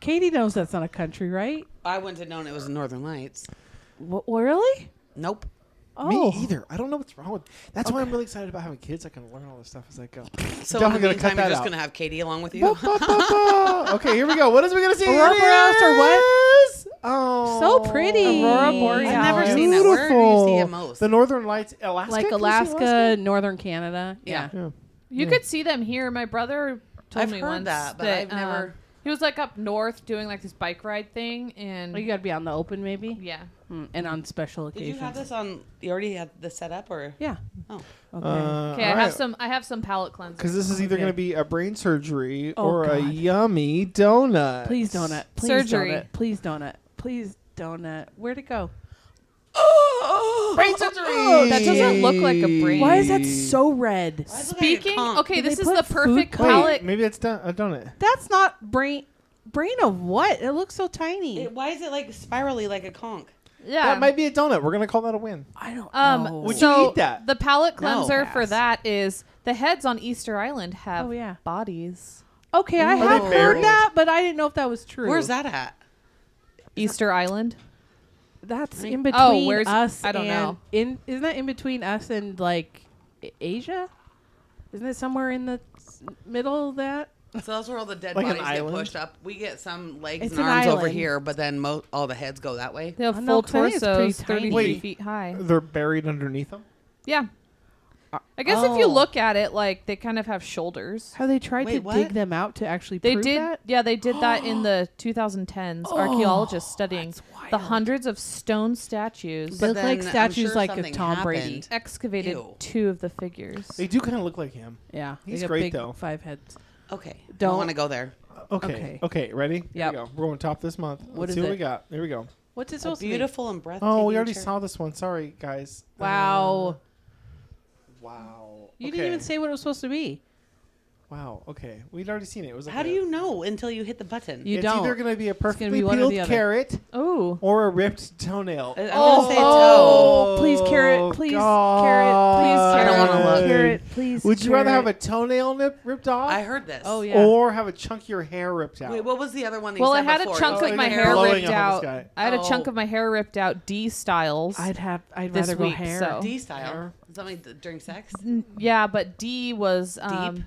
S1: Katie knows that's not a country, right?
S5: I wouldn't have known it was Northern Lights.
S1: What, really?
S5: Nope.
S1: Oh,
S3: Me either. I don't know what's wrong with. That's why I'm really excited about having kids. I can learn all this stuff as I go.
S5: So
S3: Definitely
S5: in the
S3: gonna cut
S5: meantime, you're
S3: that
S5: just
S3: out.
S5: going to have Katie along with you?
S3: Ba, ba, ba, ba. okay, here we go. What is we gonna see?
S1: Aurora
S3: It
S1: Borealis or what?
S3: is- Oh,
S1: So pretty.
S6: Aurora
S5: I've
S6: Borealis.
S5: never seen that.
S3: beautiful.
S5: Where do you see it most?
S3: The Northern Lights, Alaska,
S1: Like
S3: Can you see
S1: Alaska, northern Canada.
S5: Yeah.
S1: Yeah.
S6: You could see them here. My brother told
S5: I've
S6: me
S5: heard
S6: once
S5: that, but I've
S6: um,
S5: never-
S6: he was like up north doing like this bike ride thing, and
S1: You got to be out in the open, maybe,
S6: yeah,
S1: Mm, and on special
S5: Did
S1: occasions.
S5: you have this on? You already had the setup, or
S1: Yeah.
S5: Oh.
S1: Okay.
S3: Uh,
S6: okay. I have some. I have some palate cleanser.
S3: Because this is either
S1: Okay.
S3: gonna be a brain surgery
S1: Oh,
S3: or a
S1: God.
S3: yummy donut.
S1: Please donut. Please
S6: Surgery.
S1: donut. Please donut. Please donut. Where'd it go?
S3: Brain surgery.
S6: that doesn't look like a brain.
S1: Why is that so red?
S6: Speaking. Okay,
S1: Did
S6: this
S1: they
S6: is
S1: put
S6: the perfect
S1: food
S3: Wait,
S6: palate.
S3: maybe it's done, a donut.
S1: That's not brain. Brain of what? It looks so tiny.
S5: Why is it like spirally like a conch?
S6: yeah.
S3: That might be a donut. We're gonna call that a win.
S1: I don't
S6: um.
S1: know.
S3: Would you
S6: so
S3: eat that?
S6: The palate cleanser for
S1: Pass.
S6: that is the heads on Easter Island have
S1: Oh, yeah.
S6: bodies.
S1: okay, I have heard
S3: buried?
S1: that, but I didn't know if that was true.
S5: Where's that at?
S6: Easter Island.
S1: That's
S5: Right.
S1: in between
S6: Oh, where's-
S1: us.
S6: I don't
S1: and
S6: know.
S1: In isn't that in between us and like A- Asia? Isn't it somewhere in the s- middle of that?
S5: So that's where all the dead
S3: Like an
S5: bodies get
S3: island?
S5: pushed up. We get some legs
S1: It's
S5: and
S1: an
S5: arms over
S1: island.
S5: here, but then mo- all the heads go that way.
S6: They have
S1: I know,
S6: full
S1: 'cause I think it's pretty
S6: torsos,
S1: tiny.
S6: thirty-three
S3: Wait. Uh,
S6: feet high.
S3: They're buried underneath them.
S6: Yeah.
S3: uh,
S6: I guess if you
S1: oh.
S6: look at it, like they kind of have shoulders.
S1: Have they tried
S5: Wait,
S1: to
S5: what?
S1: dig them out to actually
S6: They
S1: prove
S6: did,
S1: that?
S6: yeah, they did that in the 2010s.
S3: Oh,
S6: archaeologists studying the
S1: wild.
S6: hundreds of stone statues
S1: They
S5: But
S1: look like
S5: then I'm
S1: statues
S5: sure
S1: like of
S5: something
S1: Tom Brady.
S5: happened.
S6: excavated
S5: Ew.
S6: two of the figures.
S3: They do kind of look like him.
S1: Yeah, they
S3: He's
S1: got
S3: great,
S1: big
S3: though.
S1: Five heads.
S5: Okay. Don't
S1: Don't-
S5: want to go there.
S3: Okay.
S1: Okay.
S3: Okay. ready? Here
S1: Yep.
S3: we go. We're going top this month. Let's
S1: What is
S3: see what we
S1: it?
S3: got. Here we go.
S1: What's it
S5: So
S1: supposed
S5: beautiful and breathtaking.
S3: Oh, we already
S5: church.
S3: saw this one. Sorry, guys.
S1: to
S3: Uh,
S1: be?
S3: Um,
S1: Wow,
S3: Wow.
S1: you didn't even say what it was supposed to be.
S3: Wow. Okay. We'd already seen it. It was. Like
S5: How
S3: a-
S5: do you know until you hit the button?
S1: You
S3: it's
S1: don't.
S3: either going to be a
S1: gonna
S3: perfectly
S1: be one or
S3: peeled
S1: the other.
S3: carrot
S6: oh,
S3: or a ripped toenail.
S5: I- I'm
S1: Oh,
S5: gonna say toe.
S1: oh, please, carrot, please,
S3: God.
S1: carrot, please,
S5: I don't
S1: carrot,
S5: wanna look.
S1: carrot, please.
S3: Would you rather have a
S1: carrot.
S3: toenail nip ripped off?
S5: I heard this.
S1: Oh yeah.
S3: Or have a chunk of your hair ripped out?
S5: Wait, what was the other one? That
S6: well,
S5: you
S6: I
S5: said
S6: had
S5: before?
S6: a chunk
S5: Oh,
S6: of
S5: like
S6: my
S5: the
S6: hair
S3: blowing
S6: ripped
S3: up on
S6: out.
S3: this
S6: I
S3: guy.
S6: had a chunk
S5: Oh.
S6: of my hair ripped out. D styles.
S1: I'd have. I'd
S6: This
S1: rather go
S6: week,
S1: hair.
S6: so.
S5: D style. Something d- during sex.
S6: N- yeah, but D was um,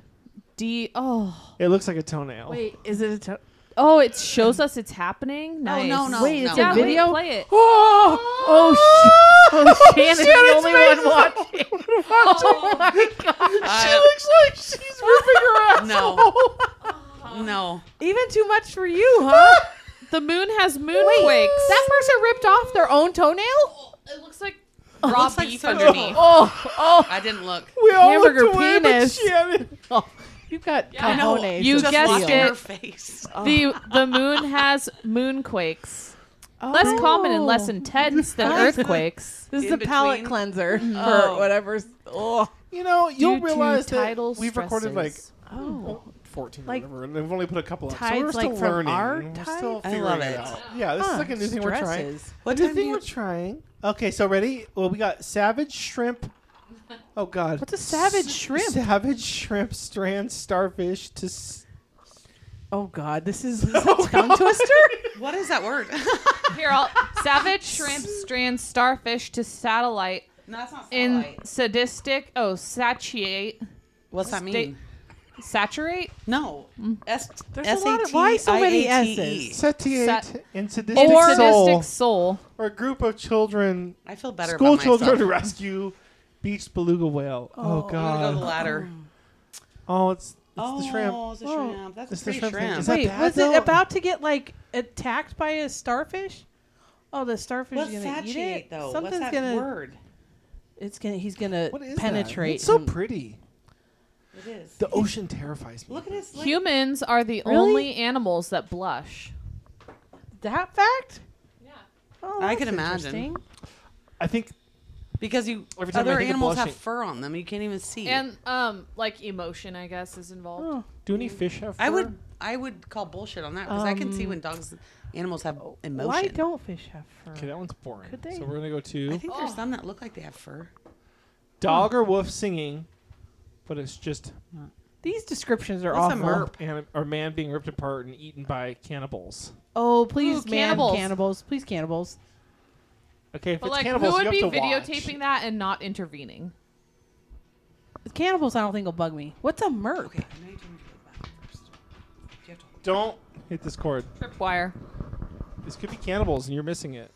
S6: D. Oh,
S3: It looks like a toenail.
S1: Wait, is it a to-
S6: oh, it shows us it's happening. Nice.
S5: Oh, no, no.
S1: wait? It's
S5: no.
S6: Yeah,
S1: a
S6: wait,
S1: video.
S6: play it.
S1: Oh, oh, sh- oh Shannon's the only one watching. Oh my
S5: Uh,
S1: god, she looks like she's
S5: Oh,
S1: ripping her ass.
S5: No. No.
S1: even too much for you, huh?
S6: The moon has
S1: Wait,
S6: moonquakes.
S1: that person ripped off their own toenail?
S6: it looks like raw
S5: looks like
S6: beef
S5: surgical.
S6: underneath.
S1: Oh, oh,
S5: I didn't look.
S3: We all
S1: Hamburger
S3: looked away, but
S1: penis.
S3: Shannon-
S1: you've got
S6: Yeah, I know.
S1: cojones.
S6: You
S1: to
S5: Just
S6: guessed
S1: steal.
S5: watching
S6: it.
S5: her face.
S6: The the moon has moonquakes. Less common and less
S1: Oh.
S6: intense than earthquakes.
S1: This is
S5: In
S1: a palate
S5: between.
S1: cleanser
S6: Oh.
S1: for whatever's. Oh,
S3: You know, you'll
S6: Due to
S3: realize that
S6: tidal
S3: we've recorded like
S6: stresses.
S1: oh,
S4: 14
S1: Like,
S4: or whatever, and we've only put a couple up. So
S1: tides,
S4: we're still
S1: like, from
S4: learning.
S1: our
S4: we're
S1: tide?
S4: still
S5: I
S4: figuring
S5: love
S4: it
S5: it.
S4: out. Yeah, this is like a new thing we're trying.
S5: What
S3: the
S5: time do
S3: thing
S5: you-
S3: we're trying. Okay, so ready? Well, we got savage shrimp. Oh God!
S1: What's a savage
S3: S-
S1: shrimp?
S3: Savage shrimp, strand starfish to. S-
S1: Oh God, this is, this is a tongue twister.
S5: What is that word?
S6: Here, I'll, savage shrimp strands starfish to satellite
S5: no, that's not
S6: in
S5: satellite.
S6: sadistic. Oh, satiate,
S5: What's that
S6: Sta-
S5: mean?
S6: saturate.
S5: No. S-
S1: There's a lot
S5: E
S1: of- why so many
S5: S-A-T-I-A-T-E.
S1: S's?
S3: Satiate
S6: Sat-
S3: and sadistic
S6: Or
S3: soul,
S6: sadistic soul.
S3: or a group of children,
S5: I feel better
S3: school
S5: about myself.
S3: children to rescue beached beluga whale. Oh,
S1: Oh, I'm
S5: I'm gonna go to the
S3: God!
S5: ladder.
S3: Oh, it's, it's
S5: oh,
S3: the shrimp.
S5: it's a
S1: Oh.
S5: shrimp. That's
S3: It's
S5: a
S3: the
S5: pretty
S3: shrimp
S5: shrimp.
S3: thing. Is that
S1: Wait,
S3: bad,
S1: was
S3: though?
S1: it about to get like attacked by a starfish? Oh, the starfish
S5: What's
S1: is gonna eat
S5: satiate
S1: it.
S5: though?
S1: Something's
S5: What's that
S1: gonna.
S5: word?
S1: It's gonna. He's gonna
S3: What is
S1: penetrate.
S3: That? It's so
S1: and-
S3: pretty.
S5: It is.
S3: The ocean terrifies me.
S5: Look at his leg.
S6: Humans are the
S1: Really?
S6: only animals that blush.
S1: that fact.
S6: Yeah.
S1: Oh,
S5: I
S1: that's
S5: could imagine.
S1: interesting.
S3: I think
S5: because you
S3: Every time I
S5: other
S3: think of
S5: animals have
S3: blushing-
S5: fur on them. You can't even see.
S6: And um, like emotion, I guess, is involved.
S1: Oh.
S3: do any fish have? Fur?
S5: I would I would call bullshit on that because I can see when dogs animals have emotion.
S1: Um, Why don't fish have
S3: Okay,
S1: fur?
S3: that one's boring.
S1: Could they?
S3: So we're gonna go to
S5: I think
S1: Oh.
S5: there's some that look like they have fur.
S3: dog or wolf singing, but it's just
S1: These descriptions are
S5: What's a
S1: awful.
S5: merp?
S3: anim- or man being ripped apart and eaten by cannibals.
S1: Oh, please,
S6: Ooh,
S1: man,
S6: cannibals.
S1: cannibals. please, cannibals.
S3: Okay, if
S6: But
S3: it's
S6: like, who
S3: cannibals,
S6: would
S3: you
S6: be
S3: have to
S6: videotaping
S3: watch.
S6: that and not intervening?
S1: Cannibals, I don't think will bug me. What's a merp?
S5: Okay, I know you told me to go back first. You have to hold-
S3: Don't hit this cord.
S6: Tripwire.
S3: This could be cannibals, and you're missing it.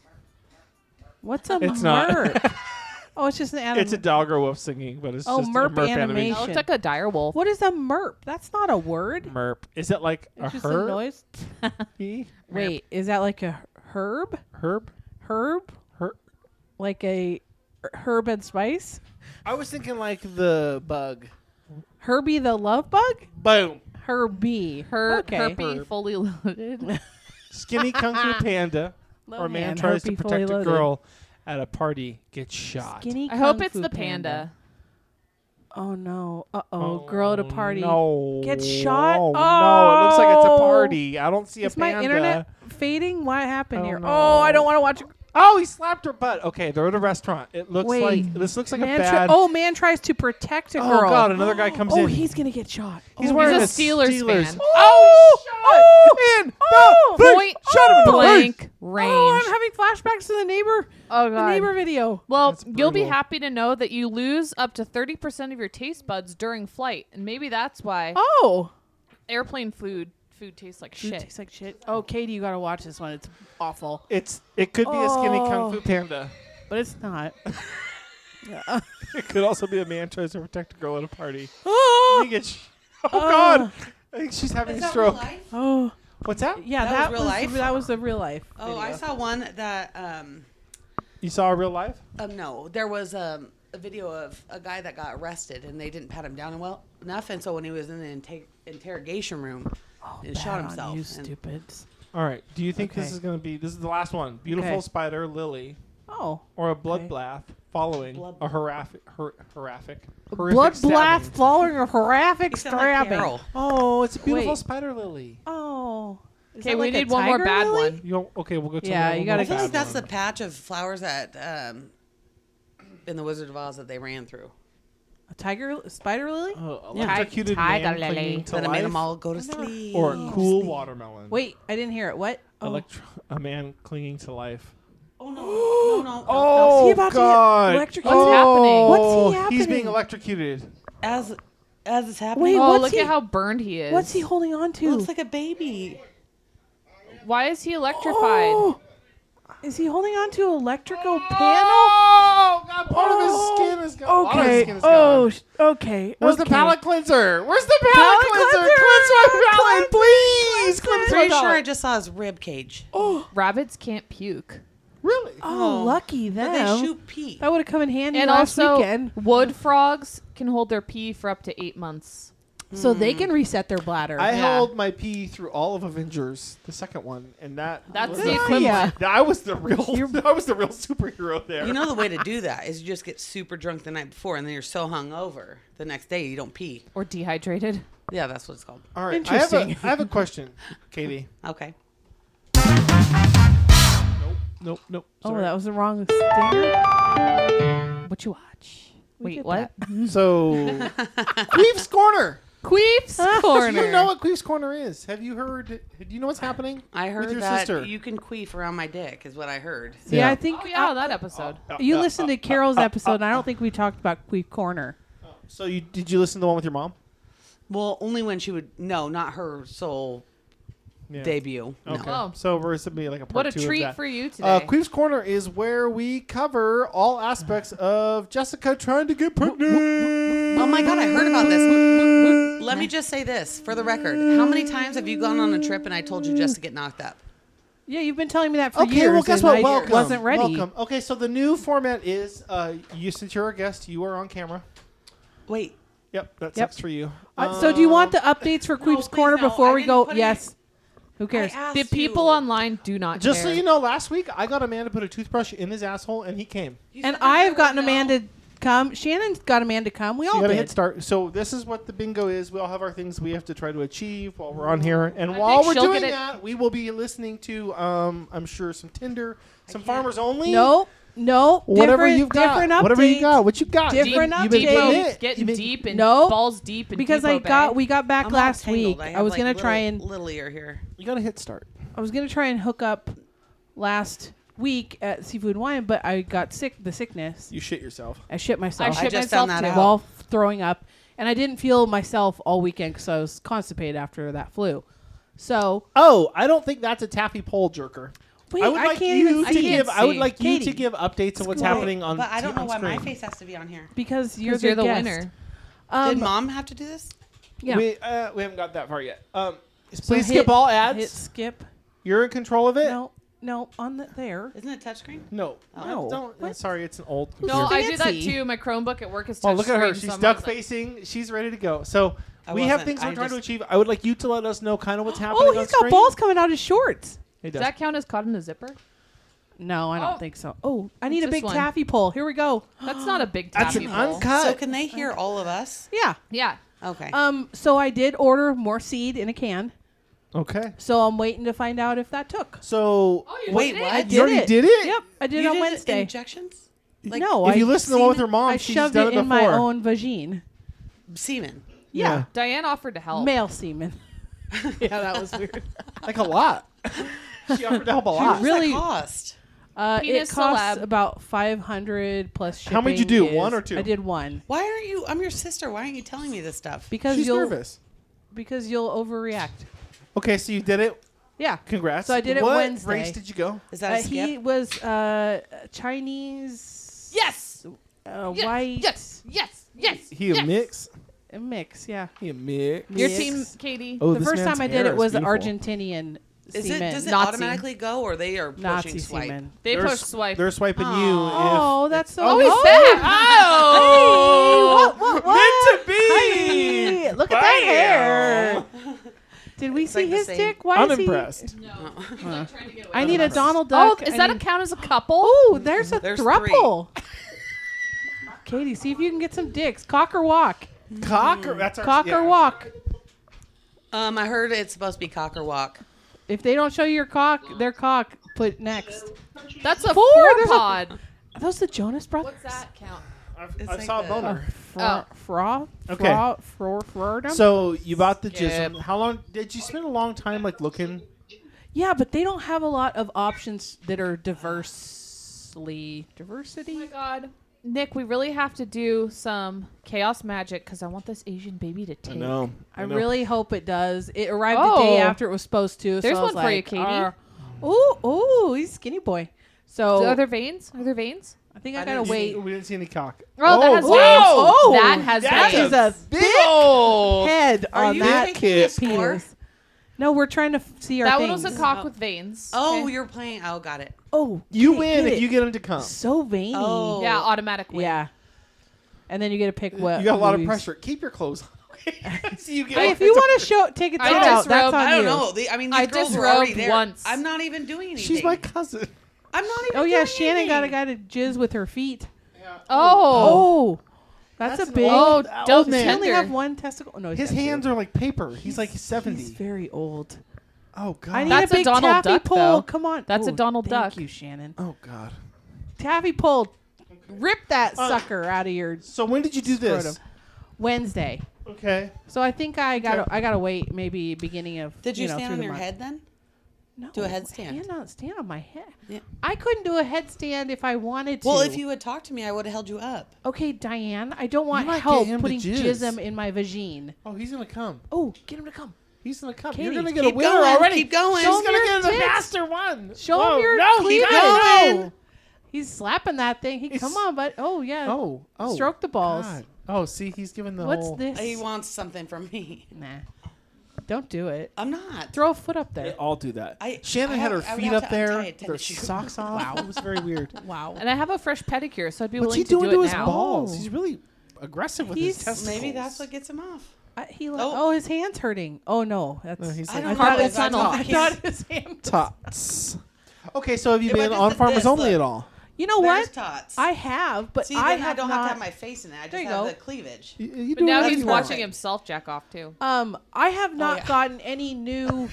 S1: What's a
S3: It's not.
S1: merp? oh, it's just an
S5: Um,
S1: animal.
S3: It's a dog or wolf singing, but it's
S1: Oh,
S3: just a
S1: merp
S3: merp
S1: animation.
S6: That
S3: animation.
S6: looks like a dire wolf.
S1: What is a merp? That's not a word.
S3: Merp. Is that like
S1: It's
S3: a
S1: just a
S3: herb?
S1: noise. Wait, is that like a herb?
S3: Herb?
S1: Herb?
S3: Herb?
S1: Like a herb and spice?
S4: I was thinking like the bug.
S1: Herbie the love bug?
S4: Boom.
S1: Herbie.
S6: Her,
S1: okay.
S6: her be fully loaded.
S3: Skinny kung fu panda, or a man
S1: Man,
S3: tries to
S1: Herpy fully
S3: protect a
S1: loaded.
S3: girl at a party, gets shot.
S1: Skinny
S6: I hope
S1: Kung
S6: it's
S1: Fu
S6: the panda.
S1: Oh no. Uh oh. Girl at a party.
S3: No.
S1: Gets shot?
S3: Oh, no. It looks like it's a
S1: Oh.
S3: party. I don't see a
S1: Is my
S3: panda.
S1: internet fading? What happened
S3: Oh,
S1: here?
S3: no.
S1: Oh, I don't want to watch.
S3: Oh, he slapped her butt. Okay, they're at a restaurant. It looks
S1: Wait.
S3: like this looks like
S1: man
S3: a
S1: tri-
S3: bad.
S1: oh, man tries to protect a
S3: Oh,
S1: girl.
S3: god, another guy comes
S1: oh,
S3: in.
S1: he's gonna get shot.
S3: he's
S1: oh,
S3: wearing
S6: a
S3: a
S6: Steelers fan.
S3: Oh, oh, and the big
S6: Point
S3: shot him in the
S6: blank
S3: face.
S6: range.
S1: Oh, I'm having flashbacks to the neighbor.
S6: Oh,
S1: The neighbor video.
S6: Well,
S3: That's
S6: you'll be
S3: brutal.
S6: happy to know that you lose up to 30% of your taste buds during flight. And maybe that's why
S1: Oh.
S6: airplane food food tastes like
S1: Dude,
S6: shit.
S1: tastes like shit. Oh, Katie, you gotta watch this one. It's awful,
S3: It's it could be a skinny
S1: Oh.
S3: kung fu panda.
S1: but it's not.
S3: It could also be a man tries to protect a girl at a party. He
S1: oh,
S3: gets sh- oh god, I think she's having a stroke.
S1: oh,
S3: What's that?
S1: yeah,
S5: That
S1: that,
S5: was
S1: was
S5: real life?
S1: that was the real life.
S5: Oh, I
S1: video.
S5: saw one that um,
S3: You saw a real life?
S5: um no, there was um, a video of a guy that got arrested and they didn't pat him down well enough, and so when he was in the inta- interrogation room, and
S1: Oh, Bad
S5: shot
S1: on
S5: himself.
S1: You
S5: and-
S1: stupids.
S3: All right. Do you think this
S1: Okay.
S3: is going to be this is the last one? Beautiful
S1: Okay.
S3: spider lily
S1: Oh,
S3: or a blood
S1: Okay.
S3: bath following
S5: Blood-
S3: a horrific hor- horrific horrific
S1: blood
S3: stabbing.
S1: blast following a horrific
S5: He sounded like
S1: stabbing.
S5: Carol.
S3: Oh, it's a beautiful
S1: Wait.
S3: spider lily.
S1: oh, Is
S6: Okay,
S1: that
S6: we
S1: like a
S6: need one more
S1: tiger
S6: bad
S1: lily?
S6: one.
S3: You don't, okay, we'll go to
S1: Yeah,
S3: another
S1: you
S3: one.
S1: gotta
S5: I feel like
S1: Bad
S5: that's the patch of flowers that um, in the Wizard of Oz that they ran through.
S1: A tiger, spider lily.
S3: Oh,
S1: Yeah.
S3: electrocuted
S6: Tiger
S3: man
S6: lily.
S3: clinging to
S5: Then it made them
S3: life,
S5: all go to sleep.
S3: or Oh, a cool watermelon.
S1: Wait, I didn't hear it. What? Oh,
S3: Electro- a man clinging to life.
S5: Oh no! no, no, no,
S1: Is
S3: Oh
S1: he about to get
S3: God!
S1: electrocuted?
S6: What's happening?
S1: What's he
S3: Oh, He's
S1: happening?
S3: being electrocuted.
S5: As as it's
S1: Wait,
S5: happening,
S6: oh,
S1: what's
S6: look
S1: he-
S6: at how burned he is.
S1: what's he holding on
S5: it
S1: to?
S5: looks like a baby.
S6: Why is he electrified?
S1: Oh! Is he holding on to electrical panel?
S3: Oh, Oh god, part of his skin is gone. Part of his
S1: Okay.
S3: skin is
S1: Oh,
S3: gone.
S1: sh- okay.
S3: Where's the
S1: okay.
S3: palate cleanser? Where's the palate,
S1: Palate
S3: cleanser?
S1: cleanser!
S3: Cleanse my palate, please. Cleanse my
S5: Pretty sure I
S3: palate.
S5: just saw his rib cage.
S6: Rabbits can't puke.
S3: Really?
S1: Oh, lucky
S5: But
S1: them.
S5: they shoot pee.
S1: That would have come in handy
S6: And
S1: last
S6: also,
S1: weekend.
S6: wood frogs can hold their pee for up to eight months.
S1: So they can reset their bladder.
S3: Hmm. I
S6: Yeah.
S3: held my pee through all of Avengers, the second one, and that
S6: That's
S3: was
S6: the
S3: a-
S6: equivalent.
S1: yeah.
S3: I was the real I was the real superhero there.
S5: You know the way to do that is you just get super drunk the night before, and then you're so hungover the next day you don't pee.
S6: Or dehydrated.
S5: Yeah, that's what it's called.
S3: All right, I have
S1: Interesting.
S3: a, I have a question, Katie.
S5: Okay.
S3: Nope, nope.
S1: Oh,
S3: sorry.
S1: that was the wrong stinger.
S6: What you watch? Wait,
S1: did
S6: what?
S3: So, Queef's Corner.
S6: Queef's
S3: Do
S6: corner.
S3: you know what Queef's Corner is? Have you heard? Do you know what's happening?
S5: I heard
S3: with your
S5: that
S3: sister.
S5: you can queef around my dick is what I heard.
S1: See,
S3: Yeah.
S1: I think
S6: Oh yeah, that episode.
S3: Uh,
S1: you
S3: uh,
S1: listened to Carol's episode, and I don't think we talked about Queef Corner.
S3: So you did you listen to the one with your mom?
S5: Well, only when she would no, not her sole
S3: Yeah.
S5: debut. No.
S3: Okay.
S6: Oh.
S3: So we're gonna be like a part
S6: What a
S3: two of
S6: treat
S3: that.
S6: for you today.
S3: Uh, Queef's Corner is where we cover all aspects of Jessica trying to get pregnant.
S5: Oh my god, I heard about this. Let me just say this for the record: How many times have you gone on a trip and I told you just to get knocked up?
S1: Yeah, you've been telling me that for
S3: Okay,
S1: years.
S3: well, guess
S1: and
S3: what?
S1: I
S3: Welcome.
S1: wasn't ready.
S3: Welcome. Okay, so the new format is uh, you, since you're a guest, you are on camera.
S5: Wait,
S3: Yep, that
S1: Yep.
S3: sucks for you.
S1: Uh, so, do you want the updates for
S5: please,
S1: Queef's Corner
S5: Um, no. I
S1: before we
S5: didn't
S1: go?
S5: put it-
S1: Yes. Who cares?
S5: I asked
S6: the people
S5: you.
S6: online do not
S3: Just
S6: care.
S3: so you know, last week I got a man to put a toothbrush in his asshole, and he came.
S5: You
S1: And
S5: said
S1: I have
S5: there
S1: gotten
S5: were
S1: a
S5: no-
S1: man to come. Shannon's got a man to come. We
S3: You
S1: all
S3: got to hit
S1: did.
S3: start. So this is what the bingo is. We all have our things we have to try to achieve while we're on
S1: Mm-hmm.
S3: here, and
S6: I
S3: while
S6: think
S3: we're
S6: she'll
S3: doing
S6: get it-
S3: that, we will be listening to, um, I'm sure, some Tinder, some
S5: can't-
S3: Farmers Only.
S1: No, no.
S3: whatever
S1: different,
S3: you've got,
S1: Different update.
S3: whatever you got, what you got,
S1: Different update.
S3: you've been
S6: Depot
S3: getting
S1: Depot-
S3: it.
S6: getting
S3: You've been-
S6: deep and
S1: No,
S6: balls deep and
S1: because I got we got back
S5: I'm all
S1: last
S5: tangled.
S1: week. I, was
S5: have,
S1: gonna
S5: like,
S1: try
S5: little-
S1: and
S5: little ear here.
S3: You got to hit start.
S1: I was gonna try and hook up last week at Seafood and Wine, but I got sick. The sickness.
S3: You shit yourself.
S1: I shit myself.
S5: I
S6: shit
S5: just
S6: myself
S5: found that
S6: too.
S5: out.
S1: while throwing up, and I didn't feel myself all weekend because I was constipated after that flu. So
S3: Oh, I don't think that's a taffy pole jerker.
S1: wait,
S3: I would like
S1: can't
S3: you
S1: even
S3: to
S1: see
S6: can't
S3: give. I would
S6: see.
S3: like you to
S1: Katie.
S3: give updates on what's
S5: Well,
S3: happening on.
S5: But I don't
S3: t-
S5: know
S3: on
S5: why my
S3: screen.
S5: face has to be on here.
S1: because you're
S6: Because
S1: the,
S6: you're the
S1: guest.
S6: winner.
S5: Did
S1: Um,
S5: mom have to do this?
S1: yeah.
S3: We uh, we haven't got that far yet. Um,
S1: So
S3: please
S1: hit-
S3: skip all ads.
S1: Hit skip.
S3: You're in control of it.
S1: No, no, on the there.
S5: Isn't it touchscreen?
S3: no,
S1: No.
S3: Don't,
S1: Oh. What?
S3: sorry, it's an old.
S6: No,
S3: computer.
S6: I do that
S1: fancy.
S6: too. My Chromebook at work is.
S3: Oh, look at her.
S6: touchscreen,
S3: She's
S6: so I'm always
S3: duck
S6: like-
S3: facing. She's ready to go. So
S5: I
S3: we have
S5: wasn't.
S3: things we're
S5: I
S3: trying to
S5: just-
S3: achieve. I would like you to let us know kind of what's happening.
S1: Oh,
S3: on
S1: he's
S3: screen.
S1: got balls coming out his shorts.
S3: He does.
S6: Does that count as caught in a zipper?
S1: No, I don't
S6: Oh.
S1: think so. Oh, I need a
S6: What's this
S1: big
S6: one?
S1: taffy pull. Here we go.
S6: That's not a big
S3: That's
S6: taffy
S3: an
S6: bowl.
S3: uncut.
S5: So can they hear all of us?
S1: Yeah.
S6: yeah.
S5: Okay.
S1: Um. So I did order more seed in a can.
S3: okay.
S1: So I'm waiting to find out if that took.
S3: So
S6: Oh,
S5: you Wait, did it? what?
S1: I
S5: You
S1: did
S3: already
S1: it.
S3: did it?
S1: Yep, I did
S5: you
S1: it on
S5: did
S1: Wednesday.
S5: Injections? Like
S1: no,
S3: if
S1: I
S3: you listen to the one with
S5: seen-
S3: her mom,
S1: I
S3: she's
S1: shoved
S3: done
S1: it
S3: it,
S1: in
S3: before.
S1: my own vagine.
S5: Semen.
S1: Yeah.
S6: Diane offered to help.
S1: Male semen. yeah, that was weird.
S3: like a lot. she offered to help a
S5: How
S3: lot.
S5: much
S1: really-
S5: that cost?
S1: Uh, it
S6: Penis
S1: costs
S6: celeb.
S1: about five hundred plus shipping.
S3: How many did you do?
S1: is-
S3: One or two?
S1: I did one
S5: Why aren't you? I'm your sister. Why aren't you telling me this stuff?
S1: because
S3: She's
S1: you'll
S3: nervous.
S1: because you'll overreact.
S3: Okay, so you did it.
S1: Yeah.
S3: Congrats.
S1: So I did it
S3: what
S1: Wednesday.
S3: race did you go?
S5: Is
S1: Uh,
S5: that a skip?
S1: he was uh, Chinese.
S6: Yes.
S1: Uh,
S6: Yes.
S1: white.
S6: Yes. Yes. Yes.
S3: He a
S6: yes.
S3: mix.
S1: A mix. Yeah.
S3: He a mix.
S6: Your
S1: Yes.
S6: team, Katie.
S3: Oh,
S1: the
S3: this
S1: first
S3: man's
S1: time I
S3: hair
S1: did it
S3: is
S1: was the
S3: beautiful.
S1: Argentinian
S5: Is
S1: semen.
S5: it? Does it
S6: Nazi.
S5: automatically go, or they are pushing
S1: Nazi
S5: swipe?
S1: semen.
S6: They
S3: They're
S6: push
S3: s-
S6: swipe.
S3: They're swiping
S1: Oh, that's so.
S6: oh, he's back. Oh.
S1: What? What?
S3: you if
S1: What?
S3: meant to be.
S1: Hey, look at that hair. Did we see
S5: like the
S1: his
S5: same.
S1: dick? Why
S3: I'm
S1: is he-
S3: impressed.
S1: I need a
S3: impressed.
S1: Donald
S6: Oh,
S1: Duck.
S6: is
S1: I
S6: that a
S1: need-
S6: count as a couple?
S1: Oh, there's a
S5: There's
S1: thruple. Katie, see if you can get some dicks. Cock or walk.
S3: Cock or that's our
S1: Cock
S3: yeah.
S1: or walk.
S5: Um, I heard it's supposed to be cock or walk.
S1: If they don't show you your cock, their cock, put next.
S6: That's a four,
S1: Four, there's a-
S6: pod.
S1: Are those the Jonas brothers? Uh,
S6: count?
S3: I've- I,
S5: It's like
S3: saw a
S5: the-
S3: boner.
S1: Fra,
S6: Oh.
S1: fra,
S3: Okay.
S1: fra, fra, fra, fra,
S3: So you bought the
S6: Skip.
S3: jism. How long did you spend a long time like looking?
S1: Yeah, but they don't have a lot of options that are diversely
S6: Oh my
S1: diversity.
S6: god. Nick, we really have to do some chaos magic because I want this Asian baby to take.
S1: I really hope it does. It arrived the
S6: Oh.
S1: day after it was supposed to.
S6: There's
S1: so I was
S6: one for you,
S1: like,
S6: Katie.
S1: "Arr." ooh, ooh, he's skinny boy. So
S6: So are there veins? Are there veins?
S1: I think I,
S5: I
S1: gotta
S5: didn't
S1: wait.
S3: We didn't see any cock.
S6: Oh, that has
S1: whoa!
S6: names.
S1: Oh,
S6: that has
S3: that
S6: names.
S3: is a
S1: big old head
S5: Are
S1: on
S5: you
S1: Oh, that
S5: thinking of
S1: kid's
S5: score?
S1: penis. No, we're trying to f- see our
S6: that one
S1: things.
S6: was a cock with veins.
S5: Oh,
S6: Okay.
S5: you're playing. Oh, got it.
S1: Oh,
S3: You
S1: can't
S3: win
S1: it.
S3: if you get him to come.
S1: so veiny.
S5: Oh.
S6: yeah, automatic win.
S1: yeah. And then you get to pick what
S3: you got a lot of
S1: movies.
S3: pressure. Keep your clothes on. Okay. so you get
S1: Hey, if you want to show, take a
S6: I
S1: tit out.
S6: disrobed.
S1: That's on
S6: I
S5: I don't
S1: you.
S5: know. The, I mean, these
S6: I
S5: girls were already
S6: disrobed
S5: there.
S6: once.
S5: I'm not even doing anything.
S3: She's my cousin.
S5: I'm not even.
S1: Oh yeah,
S5: doing
S1: Shannon got a guy
S5: anything.
S1: to jizz with her feet. Oh,
S6: Oh.
S1: that's,
S3: That's
S1: a
S3: an
S1: big.
S6: Oh,
S3: old
S6: don't
S1: Does he only have
S6: tender.
S1: one testicle? Oh, No, he's
S3: His
S1: got two.
S3: hands are like paper. He's, like 70.
S1: He's very old.
S3: oh, God.
S1: I need
S6: That's
S1: a
S6: a
S1: big
S6: Donald
S1: taffy
S6: Duck,
S1: pull.
S6: though.
S1: Come on,
S6: That's a
S1: Ooh,
S6: Donald
S1: thank
S6: Duck.
S1: you, Shannon.
S3: oh, God.
S1: Taffy pull. Rip that sucker out of your
S3: So when did you do Uh, this?
S1: scrotum. Wednesday.
S3: Okay.
S1: So I think I got to I gotta wait maybe beginning of
S5: Did you,
S1: know,
S5: stand
S1: through
S5: on
S1: the
S5: your
S1: month.
S5: head then?
S1: No,
S5: Do a headstand.
S1: Hand on, stand on my head.
S5: Yeah.
S1: I couldn't do a headstand if I wanted to.
S5: Well, if you had talked to me, I would have held you up.
S1: okay, Diane, I don't want
S3: might get
S1: help
S3: him to
S1: putting
S3: jizz.
S1: jism in my vagine.
S3: Oh, he's going to come.
S1: Oh, get him to come.
S3: He's going to come.
S1: Katie,
S3: You're going to get
S5: keep
S3: a winner
S5: going,
S3: already.
S5: keep going.
S3: She's
S1: Show him
S3: going
S1: your
S3: to get the
S1: tits.
S3: master one.
S1: Show
S3: Whoa,
S1: him your
S3: no, he
S1: cleavage.
S3: doesn't.
S1: No. He's slapping that thing. He come
S3: He's-
S1: on, but oh yeah.
S3: Oh, oh.
S1: Stroke the balls.
S3: God. Oh, see, he's giving the
S1: What's
S3: whole.
S1: this?
S5: He wants something from me.
S1: Nah. Don't do it.
S5: I'm not.
S1: Throw a foot up there.
S3: I'll do that.
S5: I-
S3: Shannon
S5: I
S3: had her
S5: have- I would
S3: feet
S5: have
S3: up
S5: to
S3: there,
S5: untie a
S3: her
S5: tennis shoe.
S3: socks off. Wow, it was very weird.
S1: Wow.
S6: And I have a fresh pedicure, so I'd be
S3: What's
S6: willing
S3: he
S6: to do
S3: doing
S6: it
S3: to his
S6: now.
S3: balls?
S1: Oh.
S3: He's really aggressive with
S1: He's-
S3: his testicles.
S5: Maybe that's what gets him off.
S1: I, he like,
S5: Oh.
S1: oh. his hand's hurting. Oh no, that's
S3: No, he's
S5: I
S3: like,
S5: don't
S1: thought
S5: know.
S1: that's
S5: if I
S1: not all.
S5: talk-
S1: I thought his hand.
S3: tots. Okay, so have you
S5: If I
S3: been
S5: just
S3: on
S5: did
S3: Farmers
S5: this,
S3: Only
S5: look.
S3: at all?
S1: You know what?
S5: There's tots.
S1: I have, but
S5: See,
S1: I
S5: then
S1: have
S5: I don't
S1: not,
S5: have to have my face in it. I just
S1: There you
S5: have
S1: go.
S5: the cleavage.
S3: You, you
S6: But
S3: do
S6: now
S3: whatever
S6: he's
S3: you want.
S6: watching himself jack off too.
S1: Um, I have not
S5: Oh, yeah.
S1: gotten any new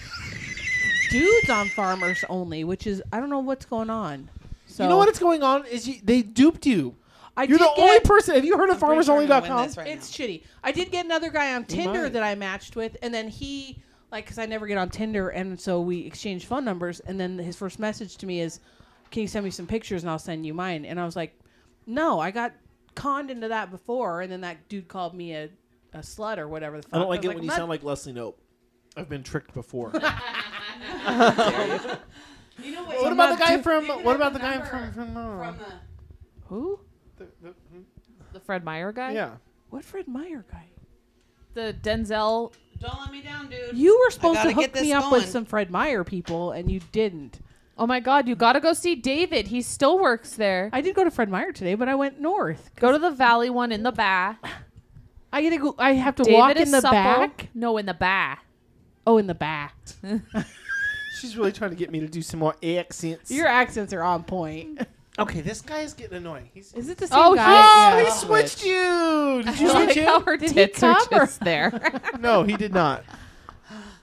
S1: dudes on Farmers Only, which is I don't know what's going on. So
S3: You know what's going on is you, they duped you.
S1: I
S3: You're
S1: did
S3: the only
S1: get-
S3: person. Have you heard of
S5: I'm pretty sure I'm gonna win
S3: FarmersOnly.com?
S5: this right
S1: It's shitty. I did get another guy on Tinder
S3: might.
S1: that I matched with, and then he like because I never get on Tinder, and so we exchanged phone numbers, and then his first message to me is, "Can you send me some pictures, and I'll send you mine?" And I was like, "No, I got conned into that before," and then that dude called me a a slut or whatever the fuck.
S4: I don't like
S1: was
S4: it when
S1: I'm
S4: you
S1: not-
S4: sound like Leslie Nope. I've been tricked before.
S5: now. You know
S3: What
S1: I'm not
S3: about the guy
S1: du-
S3: from?
S5: You can
S3: What
S5: have
S3: about
S5: the
S3: the guy
S5: number
S3: from? From, uh,
S5: From the,
S1: who?
S6: The Fred Meyer guy?
S3: yeah.
S1: What Fred Meyer guy?
S6: The Denzel.
S5: don't let me down, dude.
S1: You were supposed to
S5: gotta
S1: hook
S5: get this
S1: me up
S5: going.
S1: with some Fred Meyer people, and you didn't.
S6: Oh my god, you gotta go see David. He still works there.
S1: I did go to Fred Meyer today, but I went north.
S6: Go to the Valley one in the back.
S1: I gotta go. I have to
S6: David
S1: walk in
S6: is
S1: the
S6: supple.
S1: back.
S6: No, in the back.
S1: Oh, in the back.
S3: She's really trying to get me to do some more accents.
S1: Your accents are on point.
S3: okay, this guy is getting annoying. He's
S1: Is it the same
S6: Oh,
S1: guy?
S6: yeah.
S3: Oh, he switched you. Did you
S6: I
S3: switch
S6: like how
S3: him?
S6: her
S1: Did he
S6: tits are
S1: come or-
S6: just there.
S3: No, he did not.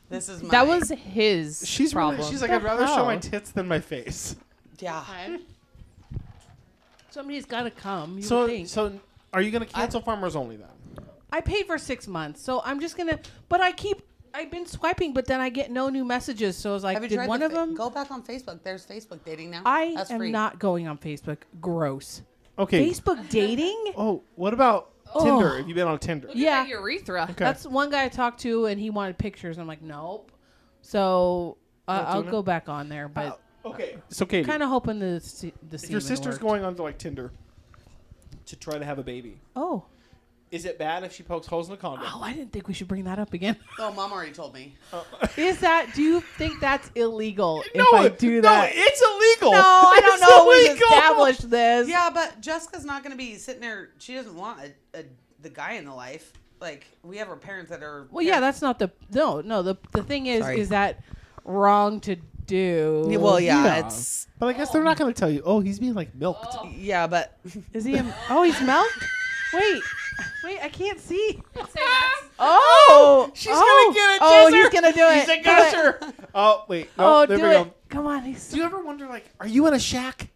S5: This is my.
S6: that was his
S3: She's
S6: problem.
S3: really, she's like I'd rather show
S1: hell?
S3: my tits than my face.
S5: Yeah.
S1: Somebody's got to come. You would
S3: So
S1: think.
S3: so are you gonna cancel Farmers Only then?
S1: I paid for six months, so I'm just gonna. But I keep. I've been swiping, but then I get no new messages. So I was like,
S5: Have you
S1: did
S5: tried
S1: one
S5: the
S1: of
S5: fa-
S1: them?
S5: Go back on Facebook. There's Facebook dating now.
S1: I
S5: That's
S1: am
S5: free.
S1: not going on Facebook. Gross.
S3: Okay.
S1: Facebook dating?
S3: Oh, what about
S1: Oh.
S3: Tinder? Have you been on Tinder?
S1: at Yeah. that
S6: urethra.
S1: That's one guy I talked to, and he wanted pictures. I'm like, nope. So uh, I'll go back on there, but
S3: Okay. So Katie,
S1: kind of hoping the se- the
S3: if your
S1: semen
S3: sister's
S1: worked.
S3: going on to like Tinder to try to have a baby.
S1: Oh,
S3: Is it bad if she pokes holes in the condom?
S1: oh, I didn't think we should bring that up again.
S5: Oh, mom already told me.
S1: Oh. Is that? Do you think that's illegal?
S3: no,
S1: if I
S3: it-
S1: do
S3: no,
S1: that?
S3: it's illegal.
S1: No, I don't
S3: It's
S1: know. We've
S3: illegal.
S1: established this.
S5: Yeah, but Jessica's not going to be sitting there. She doesn't want a, a, the guy in the life. Like we have her parents that are.
S1: Well, yeah, that's not the no, no. The the thing is,
S5: Sorry.
S1: is that wrong to do?
S5: Well, yeah,
S3: Yeah.
S5: it's
S3: But I guess they're not going to tell you. Oh, he's being like milked.
S5: yeah, but
S1: is he? A, oh, he's milked. Wait, wait, I can't see.
S3: Oh, she's
S1: oh,
S3: gonna get it.
S1: oh,
S3: Jizzer.
S1: he's gonna do
S3: He's
S1: it.
S3: a
S1: Do it.
S3: gusher. Oh wait, no,
S1: Oh,
S3: there
S1: do
S3: we
S1: it!
S3: go.
S1: Come on, he's
S3: Do you ever wonder, like, are you in a shack?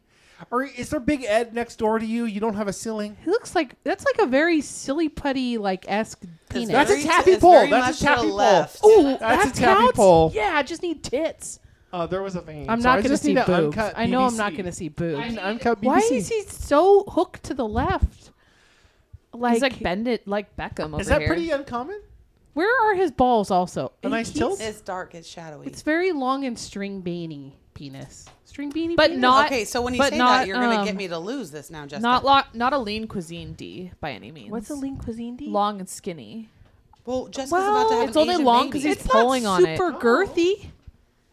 S3: Or is there Big Ed next door to you? You don't have a ceiling.
S1: He looks like that's like a very silly putty like esque penis.
S3: That's a
S5: very-
S3: tappy
S5: it's
S3: pole.
S5: very
S3: That's a
S5: much to
S3: tappy
S5: the
S3: pole.
S5: left.
S1: Ooh,
S3: That's
S1: that
S3: a tappy
S1: counts?
S3: pole.
S1: Yeah, I just need tits.
S3: Uh, there was a vein.
S1: I'm
S3: so
S1: not
S3: I
S1: gonna
S3: just
S1: see
S3: need an
S1: boobs.
S3: uncut
S1: I know I'm
S3: BBC.
S1: not gonna see boobs.
S6: I
S3: An
S6: need-
S3: uncut BBC.
S1: Why is he so hooked to the left? Like,
S6: He's like bend it like Beckham over
S3: Is that
S6: here.
S3: pretty uh, uncommon?
S1: where are his balls? Also,
S3: A nice
S1: He's-
S3: tilt?
S5: it's dark, it's shadowy.
S1: It's very long and string beany. penis. String beanie.
S6: But
S1: penis?
S6: not-
S5: okay, so when you
S6: but
S5: say
S6: not,
S5: that, you're gonna
S6: um,
S5: get me to lose this now, Jessica.
S6: Not lo- not a lean cuisine D by any means.
S1: What's a lean cuisine? D?
S6: Long and skinny.
S5: well, Jessica's
S1: Well,
S5: about to have
S6: it's
S5: an
S6: only
S5: Asian
S6: long
S5: baby.
S6: 'cause he's
S1: It's
S6: pulling
S1: not
S6: on it.
S1: super girthy.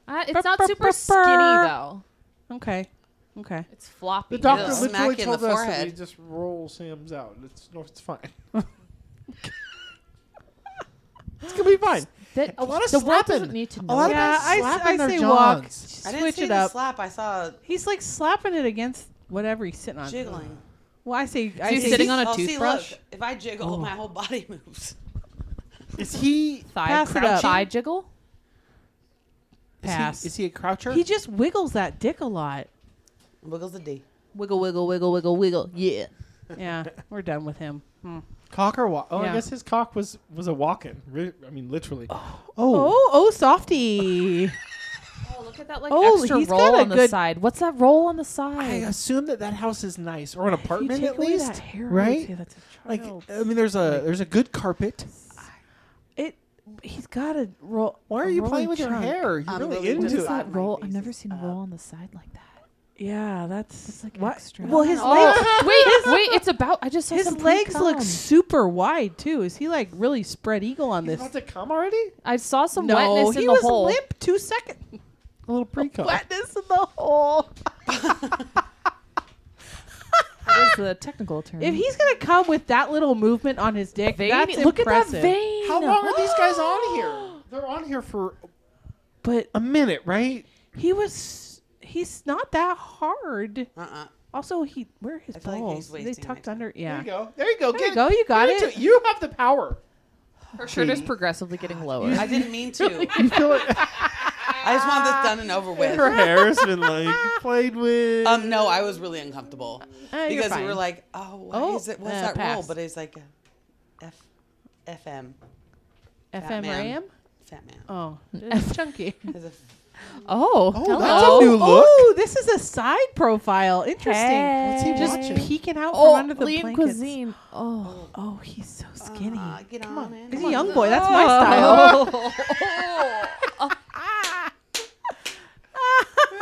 S6: Uh,
S1: Burr,
S6: it's not
S1: burr, burr,
S6: super skinny
S1: burr.
S6: though.
S1: Okay. Okay.
S6: It's floppy.
S3: The doctor
S5: It'll smack
S3: literally
S5: you in the
S3: told us that
S5: forehead.
S3: we just roll Sam's out. It's no, it's fine. it's gonna be fine.
S6: That-
S3: A lot of
S6: the world
S3: slapping.
S6: doesn't need to
S3: A
S6: know.
S3: lot
S6: that.
S3: of
S1: Yeah,
S3: guys
S1: I s-
S3: slapping
S1: I
S3: their
S1: say walk.
S3: johns.
S5: I didn't
S1: Switch
S5: see
S1: it
S5: the
S1: up.
S5: slap. I saw
S1: He's like slapping it against whatever he's sitting on.
S5: jiggling.
S1: Well, I say, I
S6: you
S1: say
S6: sitting on a
S5: oh,
S6: toothbrush?
S5: See, look, if I jiggle, my whole body moves.
S3: Is he
S6: thigh
S1: Pass it
S6: crouch,
S1: up.
S6: thigh jiggle.
S1: pass.
S3: Is he, is he a croucher?
S1: he just wiggles that dick a lot.
S5: Wiggles the D.
S1: Wiggle, wiggle, wiggle, wiggle, wiggle. Yeah. Yeah. We're done with him. Hmm.
S3: cock or walk? Oh,
S1: Yeah.
S3: I guess his cock was was a walking. Re- I mean, literally. Oh,
S1: Oh, oh, softy.
S6: Oh, look at that like
S1: Oh,
S6: extra
S1: he's got
S6: roll
S1: a
S6: on the
S1: good-
S6: side. What's that roll on the
S3: I
S6: side?
S3: assume that that house is nice or an
S1: If you
S3: apartment
S1: take
S3: at
S1: away
S3: least,
S1: that hair, I would
S3: right?
S1: say that's a
S3: Like,
S1: child.
S3: I mean, there's a there's a good carpet.
S1: it. He's got a roll.
S3: Why
S1: a
S3: are you playing
S1: rolling
S3: with your
S1: trunk.
S3: hair? You're
S5: I'm
S3: really,
S5: really
S6: What
S3: into
S6: is
S3: it.
S5: just-
S6: that
S5: My
S6: roll?
S5: face
S6: I've never
S5: is
S6: seen
S5: up.
S6: roll on the side like that.
S1: Yeah, that's,
S6: like
S1: what-
S6: extra.
S1: Well, his legs.
S6: Oh, wait, wait, it's about. I just saw
S1: His
S6: some pink
S1: legs look
S6: cum.
S1: super wide too. Is he like really spread eagle on
S3: He's
S1: this?
S3: about to come already?
S6: I saw some
S1: no,
S6: wetness
S1: he
S6: in the
S1: was
S6: hole.
S1: limp two seconds.
S3: A little pre cum.
S1: Wetness in the hole.
S6: That's the technical term.
S1: If he's gonna come with that little movement on his dick,
S6: vein,
S1: that's
S6: look
S1: impressive.
S6: at that vein.
S3: How long are these guys on here? They're on here for
S1: But
S3: a minute, right?
S1: he was. He's not that hard.
S5: Uh uh
S1: Also, he where are his
S5: I feel like he's
S1: balls? Are they
S5: wasting
S1: tucked
S5: it.
S1: under.
S3: There
S1: Yeah.
S3: you go. There you go.
S1: There you
S3: Get-
S1: go. You got
S3: get
S1: it.
S3: into You have the power.
S6: Her shirt is progressively getting lower.
S5: I didn't mean to.
S3: You feel it?
S5: I just want this done and over with.
S4: Her hair's been like played with.
S5: Um, no, I was really uncomfortable
S1: Uh, you're
S5: because we were
S1: fine.
S5: like, oh, what
S1: Oh,
S5: is it? What's
S1: uh,
S5: that roll?
S1: pass.
S5: But it's like uh, F, FM,
S1: FM Ram.
S5: Fat Man.
S1: Oh, it's chunky.
S5: Is it-
S6: Oh,
S3: Oh, that's a new look.
S1: Oh, this is a side profile. Interesting.
S6: What's he
S1: Just
S3: watching?
S1: peeking out
S6: Oh,
S1: from under the
S6: lean
S1: blankets.
S6: cuisine. Oh,
S1: Oh, he's so skinny.
S5: Uh, get on, in.
S1: he's
S5: Come
S1: a
S5: on.
S1: young boy. That's
S6: Oh.
S1: my style.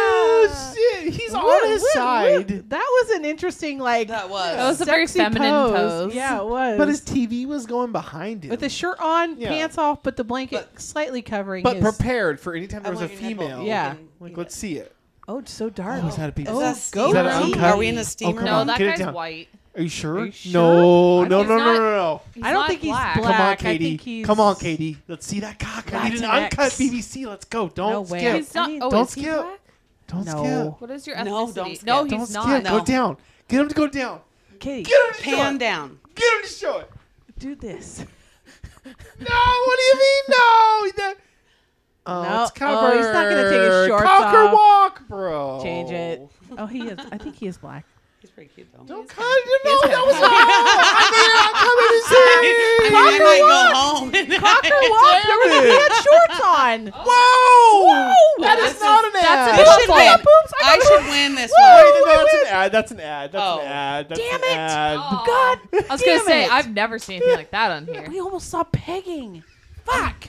S3: Oh, shit. He's
S1: What-
S3: on his
S1: what-
S3: side.
S1: what- That was an interesting like.
S5: That was.
S6: That was a very
S1: sexy
S6: feminine pose.
S1: Yeah, it was.
S3: But his TV was going behind him.
S1: with the shirt on,
S3: Yeah.
S1: pants off, but the blanket slightly covering.
S3: but
S1: his...
S3: prepared for any time
S5: I
S3: there was a
S5: want your nipple.
S3: female.
S1: Yeah.
S3: Like, let's see it.
S1: oh, it's so dark.
S3: Oh, is that a piece?
S5: Is that a
S1: go
S5: steamer?
S1: Is that an
S5: Are
S1: uncut?
S5: we in a steamer?
S3: come
S6: no,
S3: on,
S6: that
S3: get it
S6: guy's
S3: down.
S6: white.
S3: Are you sure?
S1: Are you sure?
S3: No, no,
S6: I think
S3: no,
S6: he's
S3: no,
S6: not-
S3: no, no.
S6: He's
S1: I don't
S6: not
S1: think he's
S6: black.
S1: black.
S3: Come on,
S1: I
S3: Katie.
S1: think he's-
S3: Come on, Katie. Let's see that cock. I need an
S1: Latinx.
S3: uncut BBC. Let's go. Don't
S1: No way.
S3: skip.
S6: He's not.
S1: Any-
S6: Oh,
S3: Don't
S6: is he
S3: skip.
S6: black?
S3: Don't
S1: No.
S3: skip.
S6: What is your ethnicity?
S5: No, don't skip.
S6: No, he's
S3: Don't
S6: not.
S3: skip.
S5: No.
S3: Go down. Get him to go down.
S1: Kitty,
S3: Get him to show
S5: Pan
S3: it.
S5: down.
S3: Get him to show it.
S1: do this.
S3: No, what do you mean? No. That, oh,
S1: No.
S3: it's
S1: Oh,
S3: covered.
S1: he's not gonna take his shorts
S3: Cock or
S1: off.
S3: walk, bro.
S1: Change it. Oh, he is. I think he is black.
S5: He's pretty cute though.
S3: Don't cut it. No, that was wrong. I
S5: I
S3: made it. I'm coming
S5: mean, I
S3: to
S5: might
S3: say.
S5: go home. and I-
S1: Walk, there was he had shorts on.
S3: Oh, Whoa! That
S5: This
S3: is not
S5: is-
S3: an
S6: that's
S3: ad.
S6: a-
S5: I should
S6: Buffalo.
S5: win.
S1: Boobs, I
S5: I
S1: got
S5: should win this
S3: Wait,
S5: one.
S3: no, that's an ad. That's an ad. That's
S5: Oh.
S3: an ad. That's
S1: Damn
S3: an
S1: it.
S3: ad.
S6: Aw.
S1: God
S6: I was gonna
S1: damn
S6: say
S1: it.
S6: I've never seen anything like that on here.
S1: We almost saw pegging. Fuck.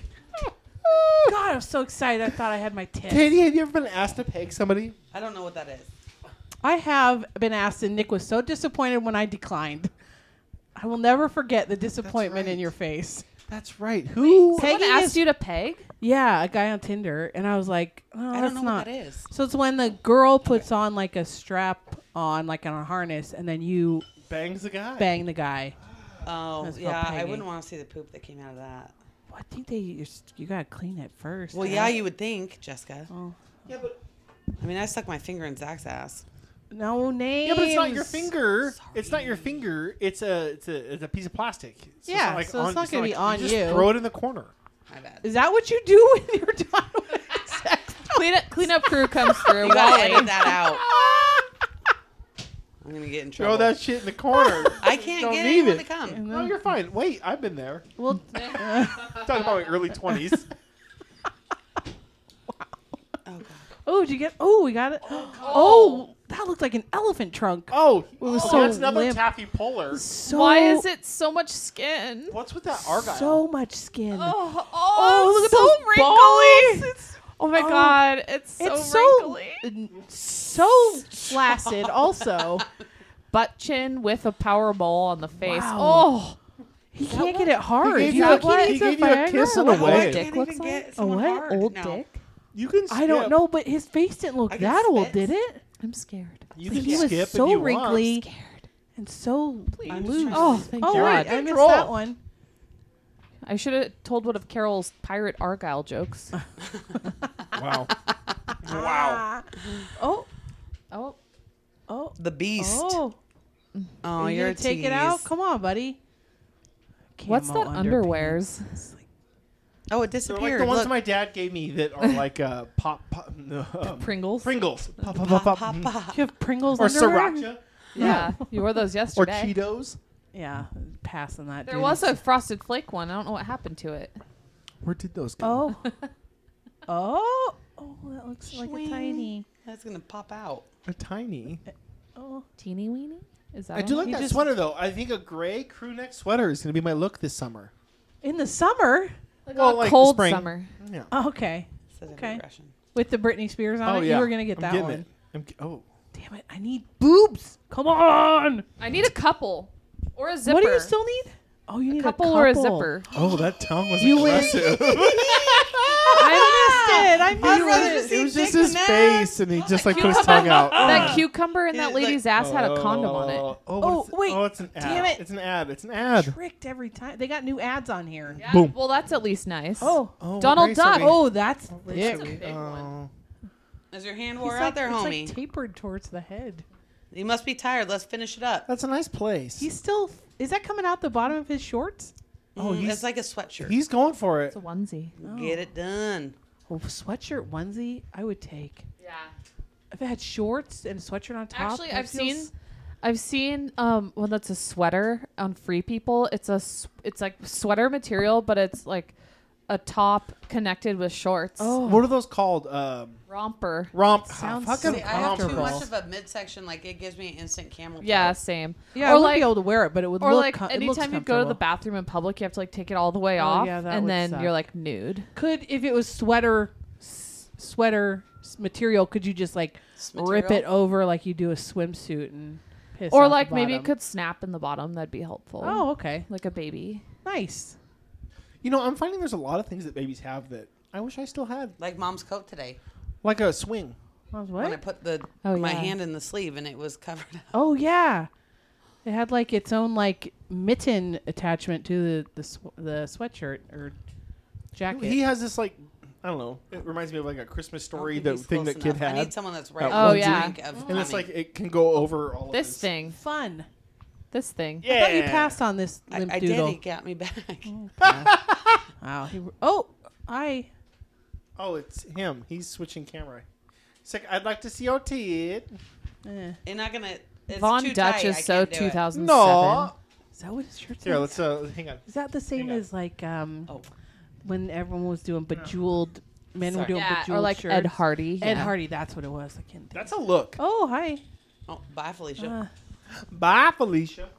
S1: God, I was so excited. I thought I had my tits.
S3: Katie, have you ever been asked to peg somebody?
S5: I don't know what that is.
S1: I have been asked, and Nick was so disappointed when I declined. I will never forget the disappointment in
S3: right.
S1: your face.
S3: That's right. Who?
S6: Someone
S1: Pegging
S6: asked
S1: is-
S6: you to peg?
S1: Yeah, a guy on Tinder, and I was like, oh,
S5: I
S1: that's
S5: don't know
S1: not.
S5: what that is.
S1: So it's when the girl puts on like a strap on, like on a harness, and then you
S4: Bangs the guy.
S1: bang the guy.
S5: Oh,
S1: That's called
S5: yeah. I
S1: pegging.
S5: wouldn't want to see the poop that came out of that.
S1: Well, I think they you, you gotta clean it first.
S5: Well,
S1: huh?
S5: yeah, you would think, Jessica.
S1: Oh.
S5: Yeah, but I mean, I stuck my finger in Zach's ass.
S1: no names.
S4: Yeah, but it's not your finger. It's not your finger. It's a it's a it's a piece of plastic. So it's
S1: Yeah, so it's not gonna be on
S4: just
S1: you.
S4: Throw it in the corner.
S5: My bad.
S1: Is that what you do when you're done with sex?
S6: Clean up, cleanup crew comes through.
S5: You gotta
S6: Wally.
S5: edit that out. I'm gonna get in trouble.
S4: Throw that shit in the corner.
S5: I can't
S4: Don't
S5: get
S4: need
S5: anyone
S4: it.
S5: to come.
S4: no, you're fine. Wait, I've been there.
S1: Well,
S4: Talking about my early twenties.
S5: Oh god.
S1: oh, did you get? Oh, we got it. Oh, that looked like an elephant trunk.
S4: Oh,
S1: was
S4: oh,
S1: so
S4: that's another
S1: limp.
S4: taffy puller.
S1: So,
S6: Why is it so much skin?
S4: What's with that argyle?
S1: so much skin?
S6: Oh, oh,
S1: Oh, look at those
S6: so wrinkly.
S1: balls. It's
S6: Oh my god, it's so
S1: it's so
S6: wrinkly.
S1: so flaccid. Also,
S6: Butt chin with a power mole on the face.
S1: Wow.
S6: Oh,
S1: he can't get it hard.
S8: He gave
S1: Is
S8: you
S1: that
S8: a-
S1: what?
S8: he gave you a kiss on the
S6: What
S8: way.
S6: old dick looks like?
S1: A what?
S5: Old
S6: dick?
S3: You can.
S1: I don't
S3: skip.
S1: know, but his face didn't look
S5: I can
S1: that old,
S5: spit.
S1: did it?
S6: I'm scared.
S3: You
S1: Like,
S3: can
S1: he
S3: skip
S1: was
S3: if
S1: so
S3: you want.
S1: wrinkly
S6: Scared.
S1: and so
S6: I'm just
S1: loose.
S6: trying to
S1: Oh,
S6: think.
S1: oh
S6: You're out
S1: wait,
S6: of
S1: I missed
S6: control.
S1: that one.
S6: I should have told one of Carol's pirate Argyle jokes.
S3: Wow. wow.
S1: Oh,
S6: oh,
S1: oh,
S5: The beast. Oh,
S1: oh!
S5: you're,
S1: you gonna
S5: a
S1: take
S5: tease. Oh,
S1: it out? Come on, buddy.
S6: what's
S1: Camo
S6: that underwear's?
S1: underpants. Like,
S5: Oh, it
S3: They're like
S5: disappeared.
S3: the ones
S5: Look.
S3: my dad gave me that are like uh, pop, pop no, um,
S6: Pringles.
S3: Pringles, pop, pop,
S5: Pop,
S3: pop,
S5: pop,
S3: mm.
S5: pop.
S1: You have Pringles
S3: or
S1: underwear?
S3: sriracha
S6: Yeah, you wore those
S8: or
S6: yesterday.
S8: Cheetos.
S1: Yeah, passing that.
S6: There
S1: dude.
S6: was a frosted flake one. I don't know what happened to it.
S3: Where did those go?
S1: Oh. oh. Oh, that looks like a
S5: Swing.
S1: tiny.
S5: That's gonna pop out.
S3: A tiny.
S1: Oh.
S6: Teeny weeny? Is that?
S3: I do
S6: on
S3: like
S6: it?
S3: that sweater though. I think a gray crew neck sweater is going to be my look this summer.
S1: In the summer.
S6: Like
S3: Well,
S6: a
S3: like the
S6: cold
S3: spring.
S6: summer.
S3: Yeah.
S1: Oh, okay.
S5: Says
S1: Okay.
S5: regression.
S1: With the Britney Spears on
S3: oh
S1: it.
S3: yeah.
S1: You were going to get
S3: I'm
S1: that
S3: getting
S1: one.
S3: it. I'm g- oh.
S1: Damn it. I need boobs. Come on.
S6: I need a couple or a zipper.
S1: What do you still need? Oh, you need
S6: couple,
S1: a couple
S6: or a zipper?
S3: Oh, that tongue was
S1: You win.
S3: aggressive.
S1: I missed it. I
S5: I'd
S1: missed
S5: rather
S1: it.
S5: see
S8: It was
S5: dick
S8: just his
S5: than that.
S8: face, and he just like put his tongue out.
S6: that cucumber in that
S3: It's like-
S6: lady's ass had a condom on it.
S3: Oh,
S1: Oh,
S3: what is it?
S1: wait.
S3: Oh, it's an ad.
S1: Damn it.
S3: It's an ad. It's an ad.
S1: Tricked every time. They got new ads on here.
S6: Yeah,
S3: Boom.
S6: Well, that's at least nice.
S1: Oh.
S3: Oh,
S6: Donald
S3: Grace, are
S6: Duck.
S3: we-
S1: Oh, that's
S6: a
S1: thick.
S6: big one.
S3: Oh.
S5: Is your hand
S1: He's
S5: wore
S1: like-
S5: out there,
S1: it's
S5: homie?
S1: like tapered towards the head.
S5: you must be tired. Let's finish it up.
S3: That's a nice place.
S1: He's still. Is that coming out the bottom of his shorts?
S5: Oh, mm, it's like a sweatshirt.
S3: He's going for
S6: It's
S3: it.
S6: a onesie.
S5: Get it done.
S1: Oh, sweatshirt onesie, I would take.
S6: Yeah.
S1: I've had shorts and a sweatshirt on top.
S6: Actually,
S1: that
S6: I've
S1: feels-
S6: seen, I've seen um one that's a sweater on Free People. It's a s- it's like sweater material, but it's like a top connected with shorts.
S1: Oh,
S3: What are those called? Um,
S6: Romper.
S3: romp.
S1: Sounds
S3: fucking
S1: sick.
S5: I have too
S3: romper.
S5: much of a midsection. Like it gives me instant camel. toe.
S6: Yeah, same.
S1: yeah, I
S6: or
S1: would
S6: like
S1: be able to wear it, but it would
S6: or
S1: look.
S6: like
S1: com- it looks
S6: anytime you go to the
S1: comfortable.
S6: bathroom in public, you have to like take it all the way
S1: Oh,
S6: off,
S1: yeah, that
S6: and
S1: would
S6: then
S1: suck.
S6: you're like nude.
S1: could if it was sweater s- sweater s- material, could you just like
S5: This
S1: rip it
S5: material.
S1: over like you do a swimsuit and piss out
S6: or
S1: the
S6: like maybe it
S1: bottom?
S6: could snap in the bottom. That'd be helpful.
S1: Oh, okay,
S6: like a baby.
S1: nice.
S3: You know, I'm finding there's a lot of things that babies have that I wish I still had,
S5: Like mom's coat today.
S3: like a swing.
S1: I was
S5: When I
S1: What?
S5: put the
S6: Oh,
S5: my
S6: yeah.
S5: hand in the sleeve and it was covered up.
S1: Oh yeah, it had like its own like mitten attachment to the the, sw- the sweatshirt or jacket.
S3: He has this like, I don't know. It reminds me of like a Christmas
S5: I don't
S3: story,
S5: think
S3: the
S5: he's
S3: thing
S5: close
S3: that kid
S5: enough. I
S3: had,
S5: need someone that's
S3: That
S5: right.
S6: Oh,
S5: on the
S6: yeah.
S5: brink of
S3: and it's
S5: tummy.
S3: like it can go over all
S6: This
S3: of this.
S6: thing.
S1: fun.
S6: This thing.
S1: I thought you passed on this
S5: I,
S1: limp
S5: I did.
S1: doodle.
S5: He got me back.
S1: Wow. He, oh, I.
S3: Oh, it's him. He's switching camera. He's like, I'd like to see your teeth.
S1: eh.
S5: You're not gonna. It's
S6: Von
S5: too
S6: Dutch
S5: tight. I
S6: is so
S5: can't do it.
S6: 2007.
S3: No.
S1: Is that what his shirt
S3: Here,
S1: says?
S3: let's uh, hang on.
S1: Is that the same
S3: Hang on.
S1: as like um
S5: Oh.
S1: when everyone was doing bejeweled men were
S5: Sorry.
S1: doing
S6: Yeah,
S1: bejeweled
S6: or like
S1: shirts?
S6: Ed Hardy.
S1: Ed
S6: yeah.
S1: Hardy, that's what it was. I can't. Think.
S3: That's a look.
S1: Oh hi.
S5: Oh, bye, Felicia.
S1: Uh,
S3: Bye, Felicia.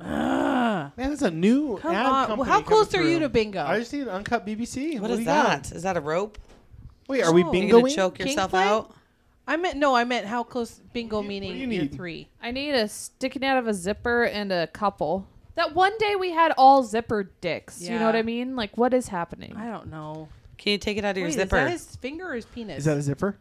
S1: ah.
S3: Man, that's a new
S1: come
S3: ad
S1: on.
S3: company
S1: Well, how
S3: coming
S1: close are you
S3: through.
S1: to bingo?
S3: I just need an uncut BBC.
S5: what
S3: do
S5: is
S3: you
S5: that?
S3: got?
S5: Is that a rope?
S3: Wait, are we
S1: Oh.
S5: You're gonna
S3: bingoing?
S5: choke
S1: King
S5: yourself
S1: plate?
S5: out?
S1: I meant no. I meant how close bingo meaning
S3: you
S1: you're
S3: need?
S1: three.
S6: I need a sticking out of a zipper and a couple. That one day we had all zipper dicks. You
S1: Yeah.
S6: know what I mean? Like, what is happening?
S1: I don't know.
S5: Can you take it out of your
S1: Wait, is
S5: zipper?
S1: that his finger or his penis?
S3: Is that a zipper?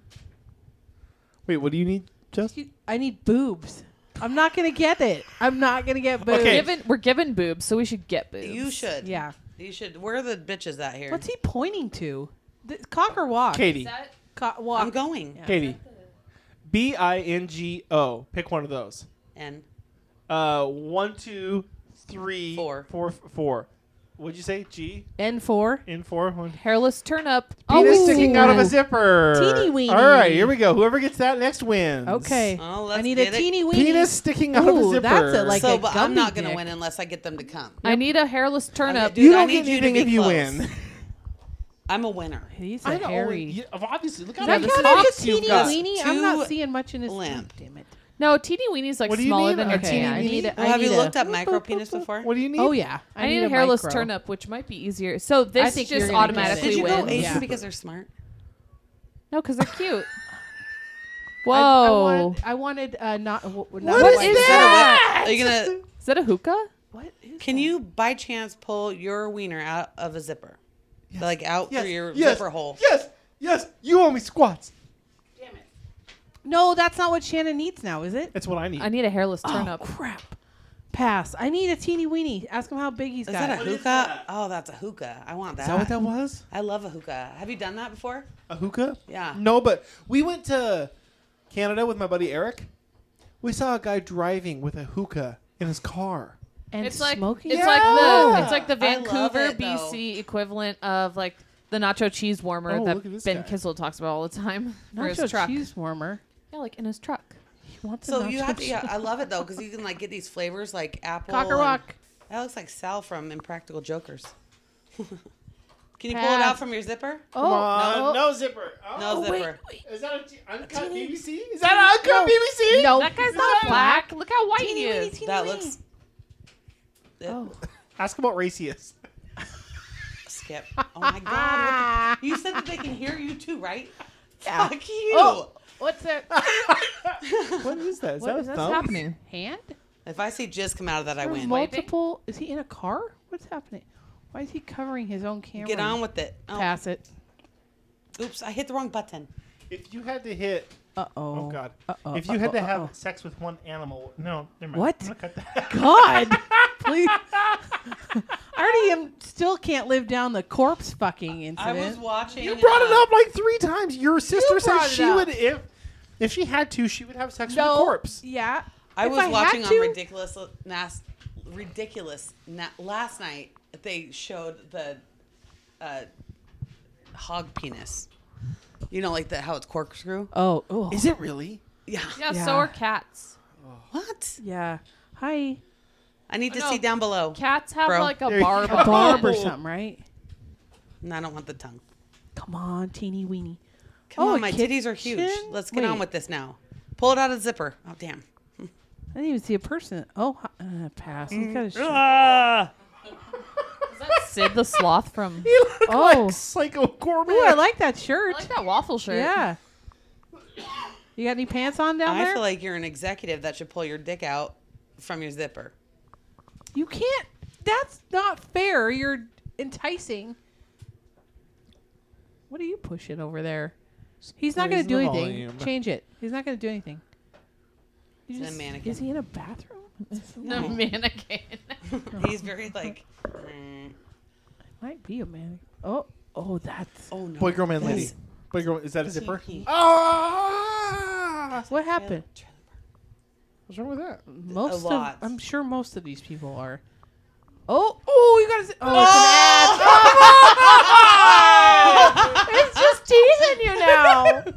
S3: Wait, what do you need, Jess?
S1: You- I need boobs. I'm not gonna get it. I'm not gonna get boobs.
S3: Okay.
S6: Given, we're given boobs, so we should get boobs.
S5: You should.
S1: Yeah.
S5: You should. Where are the bitches at here?
S1: What's he pointing to? Th- cock or walk?
S3: Katie.
S6: That-
S1: Co- walk.
S5: I'm going.
S1: Yeah.
S3: Katie. B I N G O. Pick one of those.
S5: And
S3: Uh, one, two, three,
S5: Four.
S3: four, f- four. What'd you say? G
S1: N four.
S3: in four. One.
S6: hairless Oh. turnip.
S1: Oh,
S3: Penis
S6: Ooh.
S3: sticking out of a zipper.
S1: Teeny weeny.
S3: All right, here we go. Whoever gets that next wins.
S1: Okay.
S5: Oh, let's
S1: I need
S5: get
S1: a
S5: it.
S1: teeny weeny.
S3: Penis sticking out of a
S1: Ooh,
S3: zipper.
S1: that's it, like-
S5: so,
S1: a
S5: but I'm
S1: gummy
S5: not gonna
S1: dick.
S5: win unless I get them to come.
S6: I need a hairless turnip.
S5: dude.
S3: you
S5: I
S3: don't
S5: need
S3: get
S5: you to
S3: anything
S5: be
S3: if you
S5: close.
S3: win.
S5: I'm a winner.
S1: He's
S3: I
S1: a
S3: know.
S1: hairy.
S3: You- obviously, look
S1: Does
S3: how
S1: that
S3: many
S1: count as
S3: socks
S1: a
S3: you've
S1: teeny
S3: got.
S1: weeny? I'm
S5: Two
S1: not seeing much in his
S5: limp.
S1: Oh, damn it.
S6: no, teeny weenie's like
S3: What do you
S6: smaller
S3: need?
S6: than your
S1: Okay,
S6: teeny.
S1: I
S6: weenie.
S1: need. A, I
S5: Well, have
S1: need
S5: you
S1: a-
S5: looked up micro penis before?
S3: What do you need?
S1: Oh yeah.
S6: I, need, a hairless
S1: micro.
S6: turnip, which might be easier. So this
S1: think you're
S6: just
S1: gonna get it.
S6: automatically
S5: Did you go
S6: wins.
S5: Asian
S1: Yeah.
S5: because they're smart?
S6: No, because they're cute. Whoa.
S1: I- I, wanted, I wanted uh, not. W- w- not
S6: What
S1: white.
S6: is
S5: Is that a whip? Are you gonna?
S6: Is that a hookah?
S1: What is
S5: Can you by chance pull your wiener out of a zipper, like out
S3: Yes.
S5: through your
S3: yes.
S5: zipper hole?
S3: Yes. Yes. You owe me squats.
S1: No, that's not what Shannon needs now, is it?
S3: That's what I need.
S6: I need a hairless turnip.
S1: Oh crap! Pass. I need a teeny weeny. Ask him how big he's
S5: Is
S1: got.
S5: that a hookah?
S3: that?
S5: Oh, that's a hookah. I want that.
S3: Is that
S1: Ah.
S3: what that was?
S5: I love a hookah. Have you done that before?
S3: A hookah?
S5: Yeah.
S3: No, but we went to Canada with my buddy Eric. We saw a guy driving with a hookah in his car.
S1: and
S6: It's like
S1: smoking.
S6: it's like the
S3: Yeah.
S6: it's like the
S5: I love
S6: Vancouver
S5: it, though.
S6: BC equivalent of like the nacho cheese warmer
S3: Oh,
S6: that
S3: look at this guy.
S6: Ben Kissel talks about all the time for his
S1: nacho
S6: truck.
S1: cheese warmer.
S6: Yeah, like in his truck.
S1: He wants
S5: So
S1: a
S5: you
S1: nacho
S5: have to.
S1: cheese-
S5: Yeah, I love it though because you can like get these flavors like apple.
S1: Cocker
S5: and-
S1: rock.
S5: That looks like Sal from Impractical Jokers. can you pull it out
S1: Pass.
S5: from your zipper?
S1: Oh,
S3: Come
S1: no.
S3: on. no zipper. Oh.
S5: No zipper.
S3: Is that a t- uncut BBC? Is that an uncut BBC?
S1: No,
S6: That guy's not black. Look how white he
S1: Teeny weeny,
S6: is.
S1: teeny
S5: That
S1: weeny.
S5: looks.
S1: Oh.
S3: Ask him what race he is.
S5: Skip. Oh my god. what the- You said that they can hear you too, right?
S1: Yeah.
S5: Fuck you.
S1: Oh. What's that?
S3: What is that? Is
S6: What
S3: that
S6: is
S3: a
S6: that's
S3: thumb?
S6: happening?
S1: Hand?
S5: If I see jizz come out of that, I
S1: Or
S5: win.
S1: multiple? Is he in a car? What's happening? Why is he covering his own camera?
S5: Get on with it. Oh,
S1: Pass it.
S5: Oops, I hit the wrong button.
S3: If you had to hit,
S1: Uh
S3: oh,
S1: oh.
S3: god.
S1: Uh-oh,
S3: if you had to
S1: uh-oh,
S3: have
S1: uh-oh.
S3: sex with one animal, no, never mind.
S1: What?
S3: I'm gonna cut that.
S1: God, please. I already am. Still can't live down the corpse fucking
S5: I was
S1: incident.
S5: watching.
S3: You brought it
S5: uh,
S3: up like three times. Your sister said
S1: brought it
S3: she
S1: up.
S3: would if if she had to, she would have sex with a corpse.
S1: Yeah.
S5: I
S1: If
S5: was
S1: had
S5: watching on
S1: to-
S5: ridiculous nas- ridiculous na- last night. They showed the uh, hog penis. You know, like the how it's corkscrew.
S1: Oh, oh.
S3: Is it really?
S5: Yeah.
S6: Yeah,
S1: Yeah.
S6: so are cats.
S5: What?
S1: Yeah. Hi.
S5: I need to
S6: No.
S5: see down below.
S6: Cats have
S5: Bro.
S6: like a
S3: There you
S6: barb.
S3: go.
S6: on
S1: Barb or
S6: it.
S1: something, right?
S5: No, I don't want the tongue.
S1: Come on, teeny weeny.
S5: Come
S1: Oh,
S5: on,
S1: a
S5: my titties are huge.
S1: kitchen?
S5: Let's get on
S1: Wait.
S5: with this now. Pull it out of the zipper. Oh damn.
S1: I didn't even see a person. Oh, hi- uh, pass. He's got a sh-
S3: Ah.
S6: Is that Sid the sloth from?
S3: You look
S1: Oh.
S3: like Psycho Gorman.
S1: Ooh, I like that
S6: I
S1: shirt.
S6: like that waffle shirt.
S1: Yeah. You got any pants on down
S5: I
S1: there?
S5: feel like you're an executive that should pull your dick out from your zipper.
S1: you can't. That's not fair. You're enticing. What are you pushing over there? He's not going
S3: raising
S1: to do
S3: the
S1: anything.
S3: volume.
S1: Change it. He's not going to do anything. You
S5: He's in a
S1: just-
S5: mannequin.
S1: Is he in a bathroom?
S6: No mannequin.
S5: He's very like. mm,
S1: Might be a mannequin. Oh, oh, that's.
S5: oh no.
S3: Boy, girl, man,
S5: That
S3: lady.
S5: is
S3: Boy, girl, is that a zipper?
S5: TP.
S3: Ah!
S1: What happened?
S3: What's wrong with that?
S1: Most of,
S5: lot.
S1: I'm sure most of these people are. Oh, oh, you got to. Oh, it's an ad. it's just teasing you now.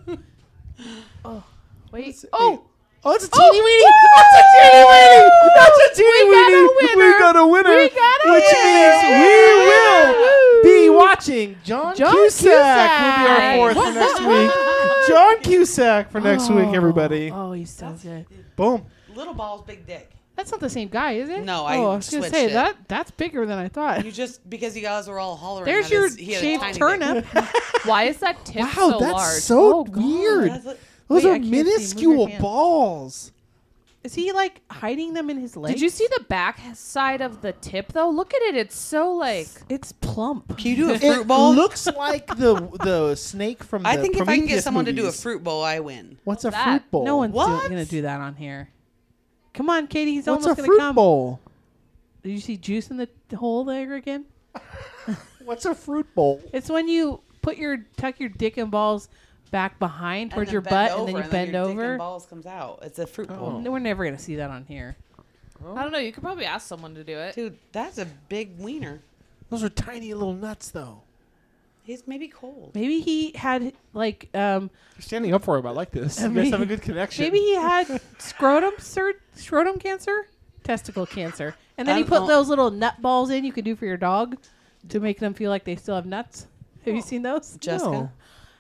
S1: Oh, wait. Oh,
S3: Oh, it's a teeny weeny! It's a teeny weeny! It's a teeny weeny! We got a winner!
S1: We got a
S3: which means we will be watching John,
S1: John
S3: Cusack. will be our
S1: Cusack.
S3: fourth for next week. John Cusack for next week, everybody.
S1: Oh, he's so good.
S3: Boom.
S5: Little balls, big dick.
S1: That's not the same guy, is it?
S5: No, I
S1: Oh, I was gonna
S5: switched
S1: say
S5: it.
S1: that that's bigger than I thought.
S5: You just because you guys were all hollering.
S1: There's
S5: at
S1: your
S5: us, he had a
S1: shaved
S5: tiny
S1: turnip.
S6: Why is that tip
S3: Wow,
S6: so
S3: that's
S6: large?
S3: so
S1: Oh, God.
S5: dick.
S3: weird.
S5: That's what-
S3: Those
S1: Wait, I
S3: are
S1: can't see. Move your
S3: minuscule
S1: hand.
S3: balls.
S1: Is he like hiding them in his legs?
S6: Did you see the back side of the tip though? Look at it. It's so like
S1: It's plump.
S5: Can you do a
S3: It
S5: fruit bowl?
S3: looks like the the snake from. The
S5: I think if I can get
S3: Prometheus
S5: someone to do a
S3: movies.
S5: fruit bowl, I win.
S3: What's a
S6: That-
S3: fruit bowl?
S1: No one's do-
S5: What?
S1: gonna do that on here. Come on, Katie. He's
S3: What's a
S1: almost gonna
S3: fruit
S1: come.
S3: bowl?
S1: Did you see juice in the t- hole there again?
S3: What's a fruit bowl?
S1: It's when you put your tuck your dick and balls back behind towards
S5: then
S1: your
S5: bend
S1: butt, and then you
S5: over,
S1: bend
S5: your dick and
S1: over. Oh.
S5: balls comes out. It's a fruit bowl.
S1: No, We're never gonna see that on here.
S6: I don't know. You could probably ask someone to do it.
S5: Dude, that's a big wiener.
S3: Those are tiny little nuts, though.
S5: He's maybe cold.
S1: Maybe he had like um
S3: You're standing up for him. I like this. You guys have a good connection.
S1: maybe he had scrotum sur- scrotum cancer, testicle cancer, and then
S5: I
S1: he
S5: don't
S1: put
S5: know.
S1: those little nut balls in you could do for your dog to make them feel like they still have nuts. Have you seen those?
S5: Jessica,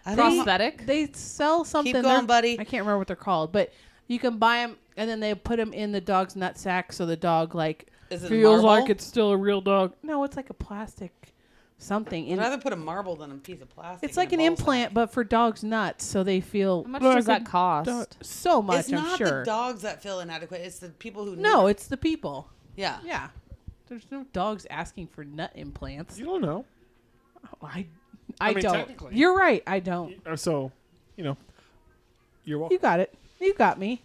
S5: I don't know.
S6: Prosthetic.
S1: They sell something.
S5: going,
S1: they're-
S5: buddy.
S1: I can't remember what they're called, but you can buy them, and then they put them in the dog's nut sack, so the dog like
S5: Is it
S1: feels
S5: marble?
S1: like it's still a real dog. No, it's like a plastic something
S5: I'd
S1: in.
S5: rather put a marble than a piece of plastic.
S1: It's
S5: in
S1: like
S5: a
S1: an
S5: bullseye.
S1: implant, but for dogs' nuts, so they feel
S6: How much
S3: Like
S6: does
S3: a
S6: that cost?
S3: duck.
S1: so much.
S5: It's not
S1: I'm sure.
S5: the dogs that feel inadequate. It's the people who
S1: no,
S5: need-
S1: it's the people.
S5: yeah.
S1: Yeah, there's no dogs asking for nut implants.
S3: You don't know.
S1: I, I,
S3: mean,
S1: don't.
S3: technically.
S1: You're right. I don't.
S3: Uh, So, you know, you're
S1: You
S3: welcome.
S1: got it. You got me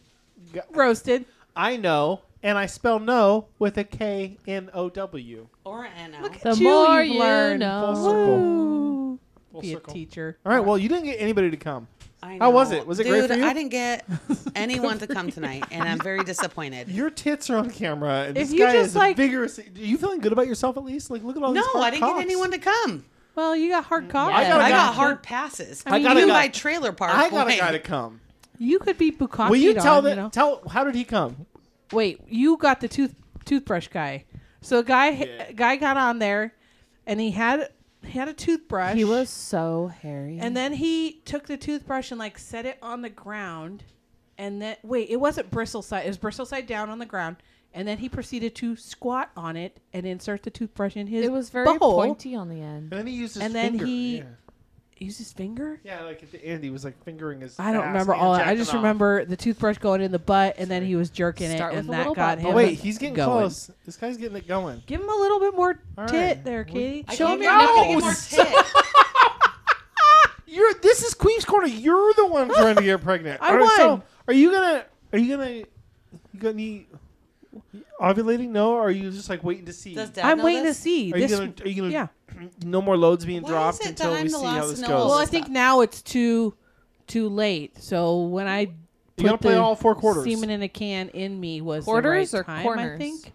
S3: Got-
S1: roasted.
S3: I know, and I spell no with a K N O W.
S5: Or an NO.
S1: Look
S6: The
S1: at you,
S6: more
S1: you've
S6: you
S1: learned.
S6: know.
S3: Full circle.
S1: Woo.
S3: Full
S1: Be a
S3: circle.
S1: teacher.
S3: All right. Well, you didn't get anybody to come.
S5: I
S3: How was
S5: know.
S3: it? Was it
S5: Dude,
S3: great for you?
S5: I didn't get anyone to come tonight, and I'm very disappointed.
S3: Your tits are on camera. And
S1: If
S3: this
S1: you
S3: guy
S1: just,
S3: is
S1: like-
S3: vigorous. Are you feeling good about yourself at least? Like, look at all
S5: No,
S3: these. hard
S5: I didn't
S3: cocks.
S5: get anyone to come.
S1: Well, you got hard coffee.
S3: I got a
S5: I
S3: guy-
S5: got hard passes.
S1: I
S3: got a
S5: even
S3: guy-
S5: by trailer park.
S3: I got a
S5: Wait.
S3: guy to come.
S1: You could be Bukaki.
S3: Will you tell
S1: on,
S3: the
S1: you know?
S3: tell? How did he come?
S1: Wait, you got the tooth toothbrush guy. So a guy
S3: Yeah.
S1: a guy got on there, and he had he had a toothbrush.
S6: He was so hairy.
S1: and then he took the toothbrush and like set it on the ground, and then wait, it wasn't bristle side. It was bristle side down on the ground, and then he proceeded to squat on it and insert the toothbrush in his.
S6: it was very
S1: butthole.
S6: pointy on the end.
S3: And then he used his
S1: And then
S3: finger.
S1: he-
S3: yeah.
S1: Use his finger.
S3: Yeah, like at the end, he was like fingering his.
S1: I don't
S3: ass
S1: remember
S3: and
S1: all that. I
S3: jacking
S1: just
S3: off.
S1: remember the toothbrush going in the butt, and then he was jerking
S6: Start
S1: it,
S6: with
S1: and
S6: a
S1: that
S6: little
S1: got
S6: bubble.
S1: him.
S3: Oh, Wait, he's getting
S1: going.
S3: close. This guy's getting it going.
S1: Give him a little bit more
S3: All
S1: tit
S3: right.
S1: there,
S3: We-
S1: Katie.
S5: I
S1: Show him
S5: can't get
S1: your
S5: no
S1: nipple.
S5: more
S3: nose.
S5: tit.
S3: You're this is Queen's Corner. You're the one trying to get pregnant.
S1: I
S3: All right,
S1: won.
S3: are you gonna? Are you gonna? You gonna need ovulating? No. Or are you just like waiting to see?
S5: Does Dad
S1: I'm
S5: know
S1: waiting
S5: this?
S1: to see.
S3: Are you
S1: this,
S3: gonna? Are you gonna?
S1: yeah.
S3: No more loads being
S5: Why
S3: dropped
S5: is it that
S3: until
S5: I'm
S3: we
S5: the
S3: see how
S5: last
S3: this
S5: to
S3: goes.
S5: know all
S1: Well, I
S5: this
S1: think
S5: stuff.
S1: now it's too too late. So when I
S3: You gotta
S1: put
S3: play
S1: the
S3: all four quarters.
S1: semen in a can in me was the
S6: Quarters
S1: right
S6: or
S1: time, I
S6: corners?
S1: think.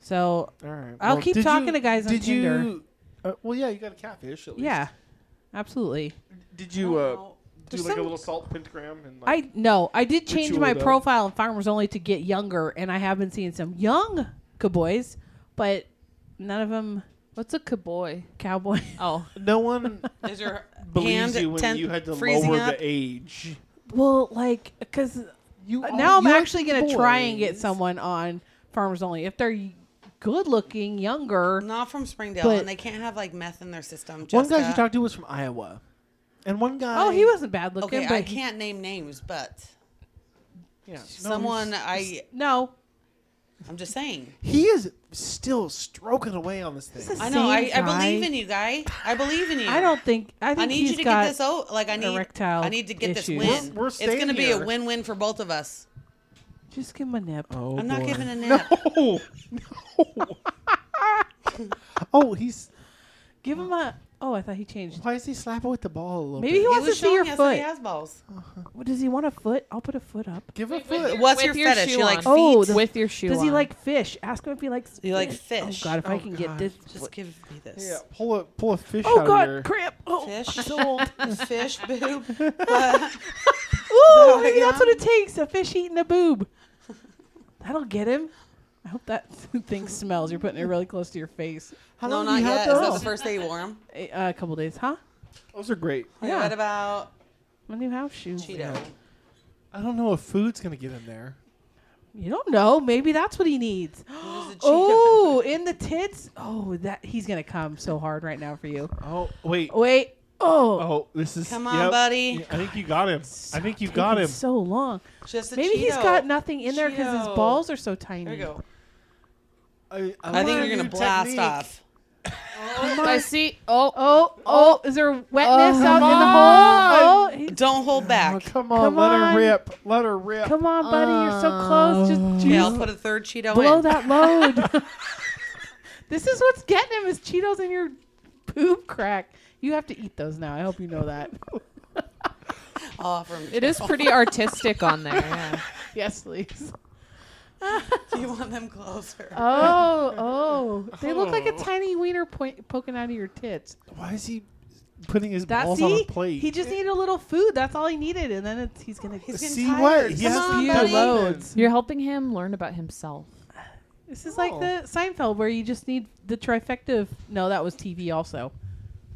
S1: So
S3: All right.
S1: I'll
S3: well,
S1: keep
S3: did
S1: talking
S3: you-
S1: to guys on
S3: did
S1: Tinder.
S3: You, uh, well, yeah, you got a catfish. At least.
S1: yeah, Oh, absolutely.
S3: Did you
S5: I
S3: uh,
S5: don't know.
S3: do
S1: There's
S3: like a
S1: some-
S3: little salt pentagram and like?
S1: I no, I did change
S3: Ritual
S1: my
S3: though.
S1: profile in Farmers Only to get younger, and I have been seeing some young cowboys, but none of them
S6: What's a kaboy?
S1: cowboy.
S6: Oh,
S3: no one
S5: Is your hand
S3: believes you when
S5: temp
S3: you had to
S5: freezing
S3: lower the
S5: up?
S3: age.
S1: well, like because
S3: You
S1: Uh,
S3: all-
S1: now I'm
S3: you
S1: actually going to try and get
S3: boys.
S1: someone on Farmers Only if they're good looking, younger.
S5: Not from Springdale,
S1: But-
S5: and they can't have like meth in their system.
S3: One guy
S5: Jessica.
S3: she talked to was from Iowa, and one guy.
S1: Oh, he wasn't bad looking.
S5: Okay,
S1: but
S5: I
S1: he-
S5: can't name names, but
S3: Yeah, no,
S5: someone I
S1: No,
S5: I'm just saying.
S3: He is still stroking away on this thing.
S1: This is-
S5: I know. I,
S1: Same
S5: I
S1: guy.
S5: believe in you, guy. I believe in you.
S1: I don't think. I think
S5: I need
S1: he's
S5: you to
S1: got.
S5: get this out. Like I need.
S1: erectile
S5: I need to get
S1: issues.
S5: this
S3: We're-
S5: win.
S3: we're
S5: it's
S3: staying
S5: gonna be
S3: here.
S5: a win-win for both of us.
S1: Just give him a nip.
S3: Oh,
S5: I'm not
S3: boy.
S5: giving a
S3: No,
S5: nap.
S3: no. oh, he's.
S1: Give him a. Oh, I thought he changed.
S3: Why is he slapping with the ball a little
S1: Maybe he
S3: bit?
S5: He
S1: wants to
S5: was
S1: see
S5: showing
S1: your
S5: us that
S1: foot.
S5: he has balls.
S1: What, Does he want a foot? I'll put a foot up.
S3: give a
S6: with
S3: foot.
S6: your-
S5: What's your
S6: with your
S5: fetish?
S6: shoe
S5: You like
S6: on.
S5: feet?
S1: Oh, the-
S6: with your shoe
S1: Does he
S6: on.
S1: like fish? Ask him if he likes.
S5: You like fish?
S1: Oh God, if I
S3: Oh,
S1: can
S3: God.
S1: get this.
S5: Just give me
S3: Yeah,
S5: this.
S3: pull a pull a fish
S1: oh
S3: out of
S1: God,
S3: your.
S1: cramp. Oh,
S5: Fish, fish boob.
S1: Ooh,
S5: that
S1: maybe that's
S5: yum?
S1: what it takes—a fish eating a boob. That'll get him. I hope that thing smells. You're putting it really close to your face.
S3: How
S5: no,
S3: long have
S5: not
S3: you
S5: yet.
S3: had
S5: Is
S3: those?
S5: that the first day you wore 'em?
S1: A, uh, a couple days, huh?
S3: Those are great.
S1: Yeah.
S5: I read about
S1: My new house shoes.
S5: Cheeto.
S3: I don't know if food's gonna get in there.
S1: You don't know. Maybe that's what he needs.
S5: What is a Cheeto?
S1: Oh, in the tits. Oh, that he's gonna come so hard right now for you.
S3: Oh wait.
S1: Wait. Oh,
S3: Oh, this is.
S5: Come on,
S3: yep.
S5: buddy.
S3: I think you got him. I think you
S1: taking
S3: got him.
S1: So long.
S5: Just a
S1: Maybe he's
S5: Cheeto.
S1: got nothing in there because his
S5: Cheeto.
S1: balls are so tiny.
S5: There you go.
S3: I,
S5: I think you're gonna blast off.
S6: I see. Oh,
S1: Oh, oh, is there wetness
S6: Oh,
S1: out
S6: come
S1: in the hole? Oh, he-
S5: Don't hold back.
S3: come on,
S1: Come
S3: let
S1: on.
S3: her rip. Let her rip.
S1: come on, buddy, you're so close.
S3: Oh.
S1: Just,
S5: Okay, I'll
S1: just
S5: put a third Cheeto
S1: blow
S5: in.
S1: that load. this is what's getting him is Cheetos in your poop crack. You have to eat those now. I hope you know that.
S5: I'll offer him.
S6: it is pretty artistic on there. Yeah.
S1: yes, please.
S5: Do you want them closer?
S1: Oh, oh, they look like a tiny wiener point poking out of your tits.
S3: Why is he putting his
S1: That
S3: balls
S1: see,
S3: on a plate?
S1: he just needed a little food. That's all he needed, and then it's, he's gonna
S5: He's getting
S3: see
S5: tired.
S3: what? He
S5: Come
S3: has
S5: on,
S3: to
S1: spew
S5: buddy.
S1: loads.
S6: You're helping him learn about himself.
S1: This is
S3: Oh.
S1: like the Seinfeld where you just need the trifecta. Of, no, that was TV also.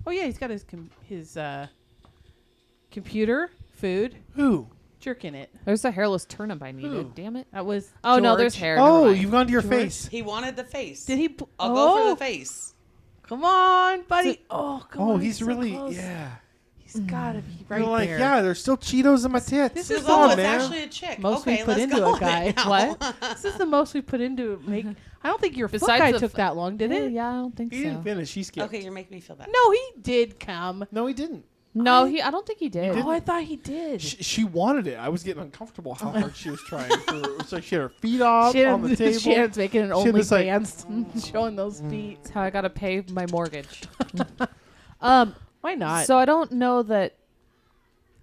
S1: Oh yeah, he's got his com- his uh, computer, food,
S3: Who?
S1: jerk in it.
S6: There's a hairless turnip I needed.
S3: Ooh.
S6: Damn it.
S1: That was
S6: Oh no,
S1: George.
S6: there's hair.
S3: Oh,
S6: Never mind.
S3: you've gone to your
S1: George?
S3: face.
S5: He wanted the face.
S1: Did he? bl-
S5: I'll
S1: oh,
S5: go for the face.
S1: Come on, buddy. oh, come
S3: Oh,
S1: on.
S3: he's
S1: so
S3: really
S1: close.
S3: yeah.
S1: He's got to be right
S3: You're like
S1: there.
S3: yeah. There's still Cheetos in my tits.
S1: This is
S5: This is
S1: Come
S5: oh,
S1: on,
S5: it's
S1: man.
S5: actually a chick.
S1: Most
S5: okay,
S1: we put
S5: let's
S1: into
S5: go
S1: a guy. What? this is the most we put into make. I don't think your foot
S6: Besides
S1: guy
S6: the
S1: took
S6: f-
S1: that long, did
S6: Eh,
S1: it?
S6: Yeah, I don't think
S3: He
S6: so.
S3: didn't finish. He skipped.
S5: Okay, you're making me feel bad.
S1: No, he did come.
S3: No, he didn't.
S6: No, he. I don't think he did.
S1: Oh, I thought he did.
S3: She, she wanted it. I was getting uncomfortable how hard she was trying. For, it's like she had her feet up on the table.
S1: Shannon's making an
S3: She had this, like- Mm.
S1: OnlyFans, showing those feet.
S6: That's how I gotta pay my mortgage.
S1: Um, why not?
S6: So I don't know that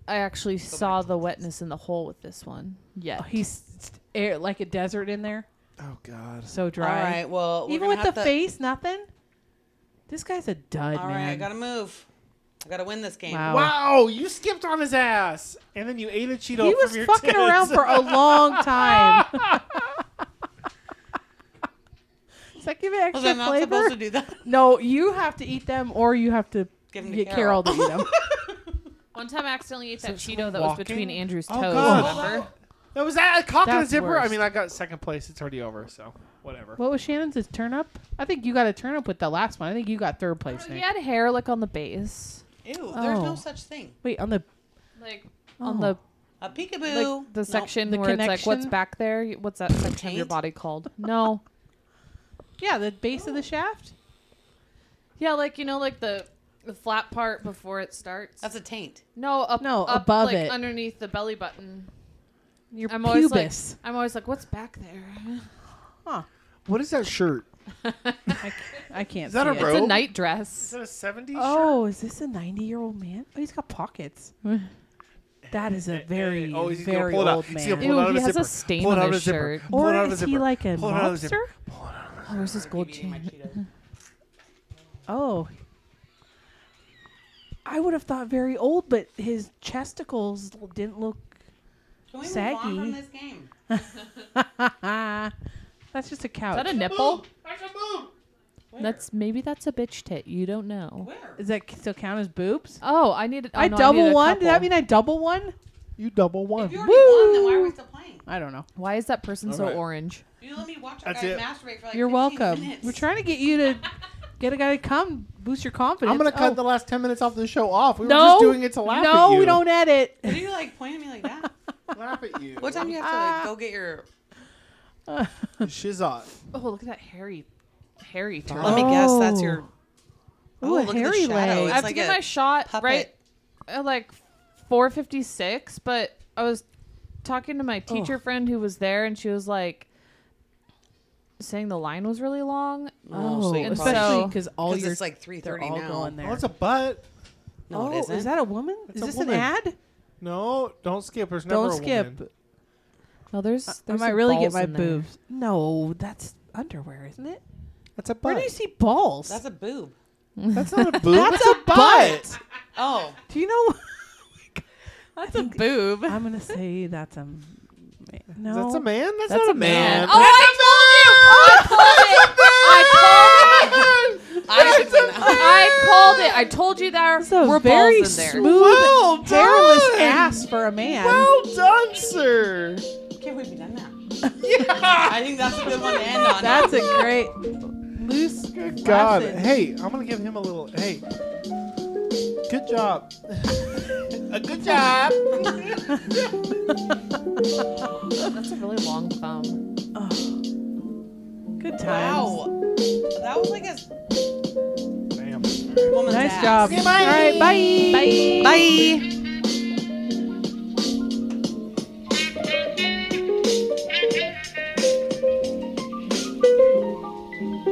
S6: I actually saw the wetness in the hole with this one yet.
S1: he's st- air, like a desert in there,
S3: Oh God.
S1: so
S5: All
S1: dry.
S5: right. Well, we're
S1: Even
S5: gonna
S1: with the
S5: have to-
S1: face, nothing. This guy's a dud,
S5: All right, I
S1: man.
S5: gotta move. I gotta win this game.
S1: Wow.
S3: Wow, you skipped on his ass, and then you ate a Cheeto.
S1: he
S3: from
S1: was
S3: your
S1: fucking
S3: tits.
S1: around for a long time. Does that give it
S5: Was
S1: extra
S5: I not supposed to
S1: flavor?
S5: do that?
S1: No, you have to eat them, or you have to
S5: Give 'em to
S1: get Carol.
S5: Carol.
S1: to eat them.
S6: One time I accidentally ate that Cheeto
S3: someone
S6: that was
S3: walking?
S6: between Andrew's toes.
S3: Oh, God.
S6: Remember?
S3: That was that cock in a
S1: That's
S3: zipper. I
S1: worse.
S3: mean, I got second place. It's already over, so whatever.
S1: what was Shannon's? His turn up? I think you got a turn up with the last one. I think you got third place.
S5: Oh,
S6: He
S1: Nick.
S6: had hair like on the base,
S5: Ew, there's
S1: Oh.
S5: no such thing.
S1: Wait on the
S6: like on
S3: Oh.
S6: the
S5: A peekaboo.
S6: like the
S5: Nope.
S6: section
S1: The
S6: where it's like what's
S1: connection?
S6: back there? Y- What's that section of your
S5: Taint?
S6: body called? No.
S1: yeah the base of the shaft.
S6: Yeah, like you know, like the the flat part before it starts.
S5: That's a taint.
S6: no, up,
S1: No,
S6: up,
S1: above
S6: like,
S1: it.
S6: underneath the belly button.
S1: Your
S6: I'm always
S1: pubis.
S6: like, I'm always like, what's back there?
S3: What is that shirt?
S1: I can't.
S3: Is that
S1: see
S3: a
S1: it.
S3: rope?
S6: It's a
S3: Oh.
S6: night
S3: Is
S6: dress.
S3: that a '70s shirt?
S1: Oh, is this a ninety-year-old man? Oh, he's got pockets.
S6: Mm.
S1: that is a very,
S3: Oh, he's gonna
S1: very
S3: pull it out.
S1: old
S3: He's
S1: man.
S3: gonna
S6: Ew,
S3: pull it out of
S6: he
S3: his
S6: has a
S3: zipper.
S6: stain
S3: Pull it
S6: on
S3: out of
S6: his
S3: his zipper.
S6: shirt.
S3: Pull it
S1: or
S3: out of
S1: is
S3: his
S1: he
S3: zipper.
S1: like a
S3: Pull it out of his
S1: mobster?
S3: zipper.
S6: Oh, where's his gold chain?
S1: Oh. I would have thought very old, but his chesticles l- didn't look.
S5: Can we move
S1: Saggy.
S5: on from this game?
S1: That's just a
S6: Is
S1: couch.
S6: that a nipple? That's maybe that's a bitch tit. You don't know.
S5: Where?
S1: Does that c- still count as boobs?
S6: Oh, I needed. Oh,
S1: I
S6: no,
S1: double
S6: needed a
S1: one. Does that
S6: couple.
S1: mean I double one?
S3: You double one.
S5: If you already won, then why are
S1: Woo!
S5: we still playing?
S1: I don't know.
S6: Why is that person so
S3: Alright.
S6: orange?
S5: You let me watch a
S3: That's
S5: guy
S3: it.
S5: masturbate for like
S1: You're
S5: 15
S1: welcome.
S5: minutes.
S1: We're trying to get you to get a guy to come boost your confidence.
S3: I'm gonna cut
S1: Oh.
S3: the last ten minutes off the show off. We
S1: no,
S3: were just doing it to laugh
S1: no,
S3: at you.
S1: we don't edit.
S5: What do you like pointing at me like that?
S3: laugh at you.
S5: What time do you have to like go get your?
S3: Shizot.
S6: Oh, look at that hairy, hairy. Turd.
S5: Let me guess. That's
S1: Oh.
S5: your.
S1: Ooh,
S5: Oh,
S1: a
S5: look at
S1: hairy
S5: the shadow.
S1: leg.
S6: I
S5: It's
S6: have
S5: like
S6: to get
S5: a
S6: my shot
S5: puppet.
S6: right at like 4:56, but I was talking to my teacher friend who was there, and she was like saying the line was really long.
S5: Oh, so you
S6: and
S5: probably-
S1: especially
S6: so-
S1: because all
S5: 'Cause
S1: your
S5: it's like
S1: they're
S5: 3:30
S1: all
S5: now.
S1: going there.
S3: Oh, it's a butt.
S5: No,
S1: Oh,
S5: it isn't.
S1: is that a woman?
S3: It's
S1: is
S3: a
S1: this
S3: woman.
S1: an ad?
S3: No, don't skip. There's never
S1: Don't
S3: a
S1: skip.
S3: woman.
S6: No, there's, there's
S1: I might
S6: some
S1: really get
S6: balls
S1: my
S6: in there.
S1: boobs. No, that's underwear, isn't it?
S3: That's a
S1: Where
S3: butt.
S1: do you see balls?
S5: That's a boob.
S3: That's not a boob. That's a
S1: butt.
S5: Oh,
S1: Do you know?
S6: That's a boob.
S1: I'm gonna say that's a man. No,
S3: That's a man. That's,
S1: That's
S3: not
S1: a
S3: a
S1: man.
S3: man.
S6: Oh, I told you! I called it! Oh, I called it!
S5: I didn't know.
S6: I called it! I told you there
S1: That's a
S6: were
S1: very
S6: balls in there.
S1: smooth,
S3: Well done.
S1: hairless ass for a man.
S3: Well done, sir.
S5: Can't we be done now? I think that's a good one to end on.
S1: that's a great loose.
S3: Good God.
S1: Placid.
S3: Hey, I'm gonna give him a little. Hey. Good job. a good job.
S6: That's a really long thumb.
S1: Good times.
S5: wow. That was like a s-
S3: Damn.
S5: woman's
S1: Nice
S5: ass.
S1: job. All right, bye.
S6: Bye.
S5: Bye.
S9: Thank you.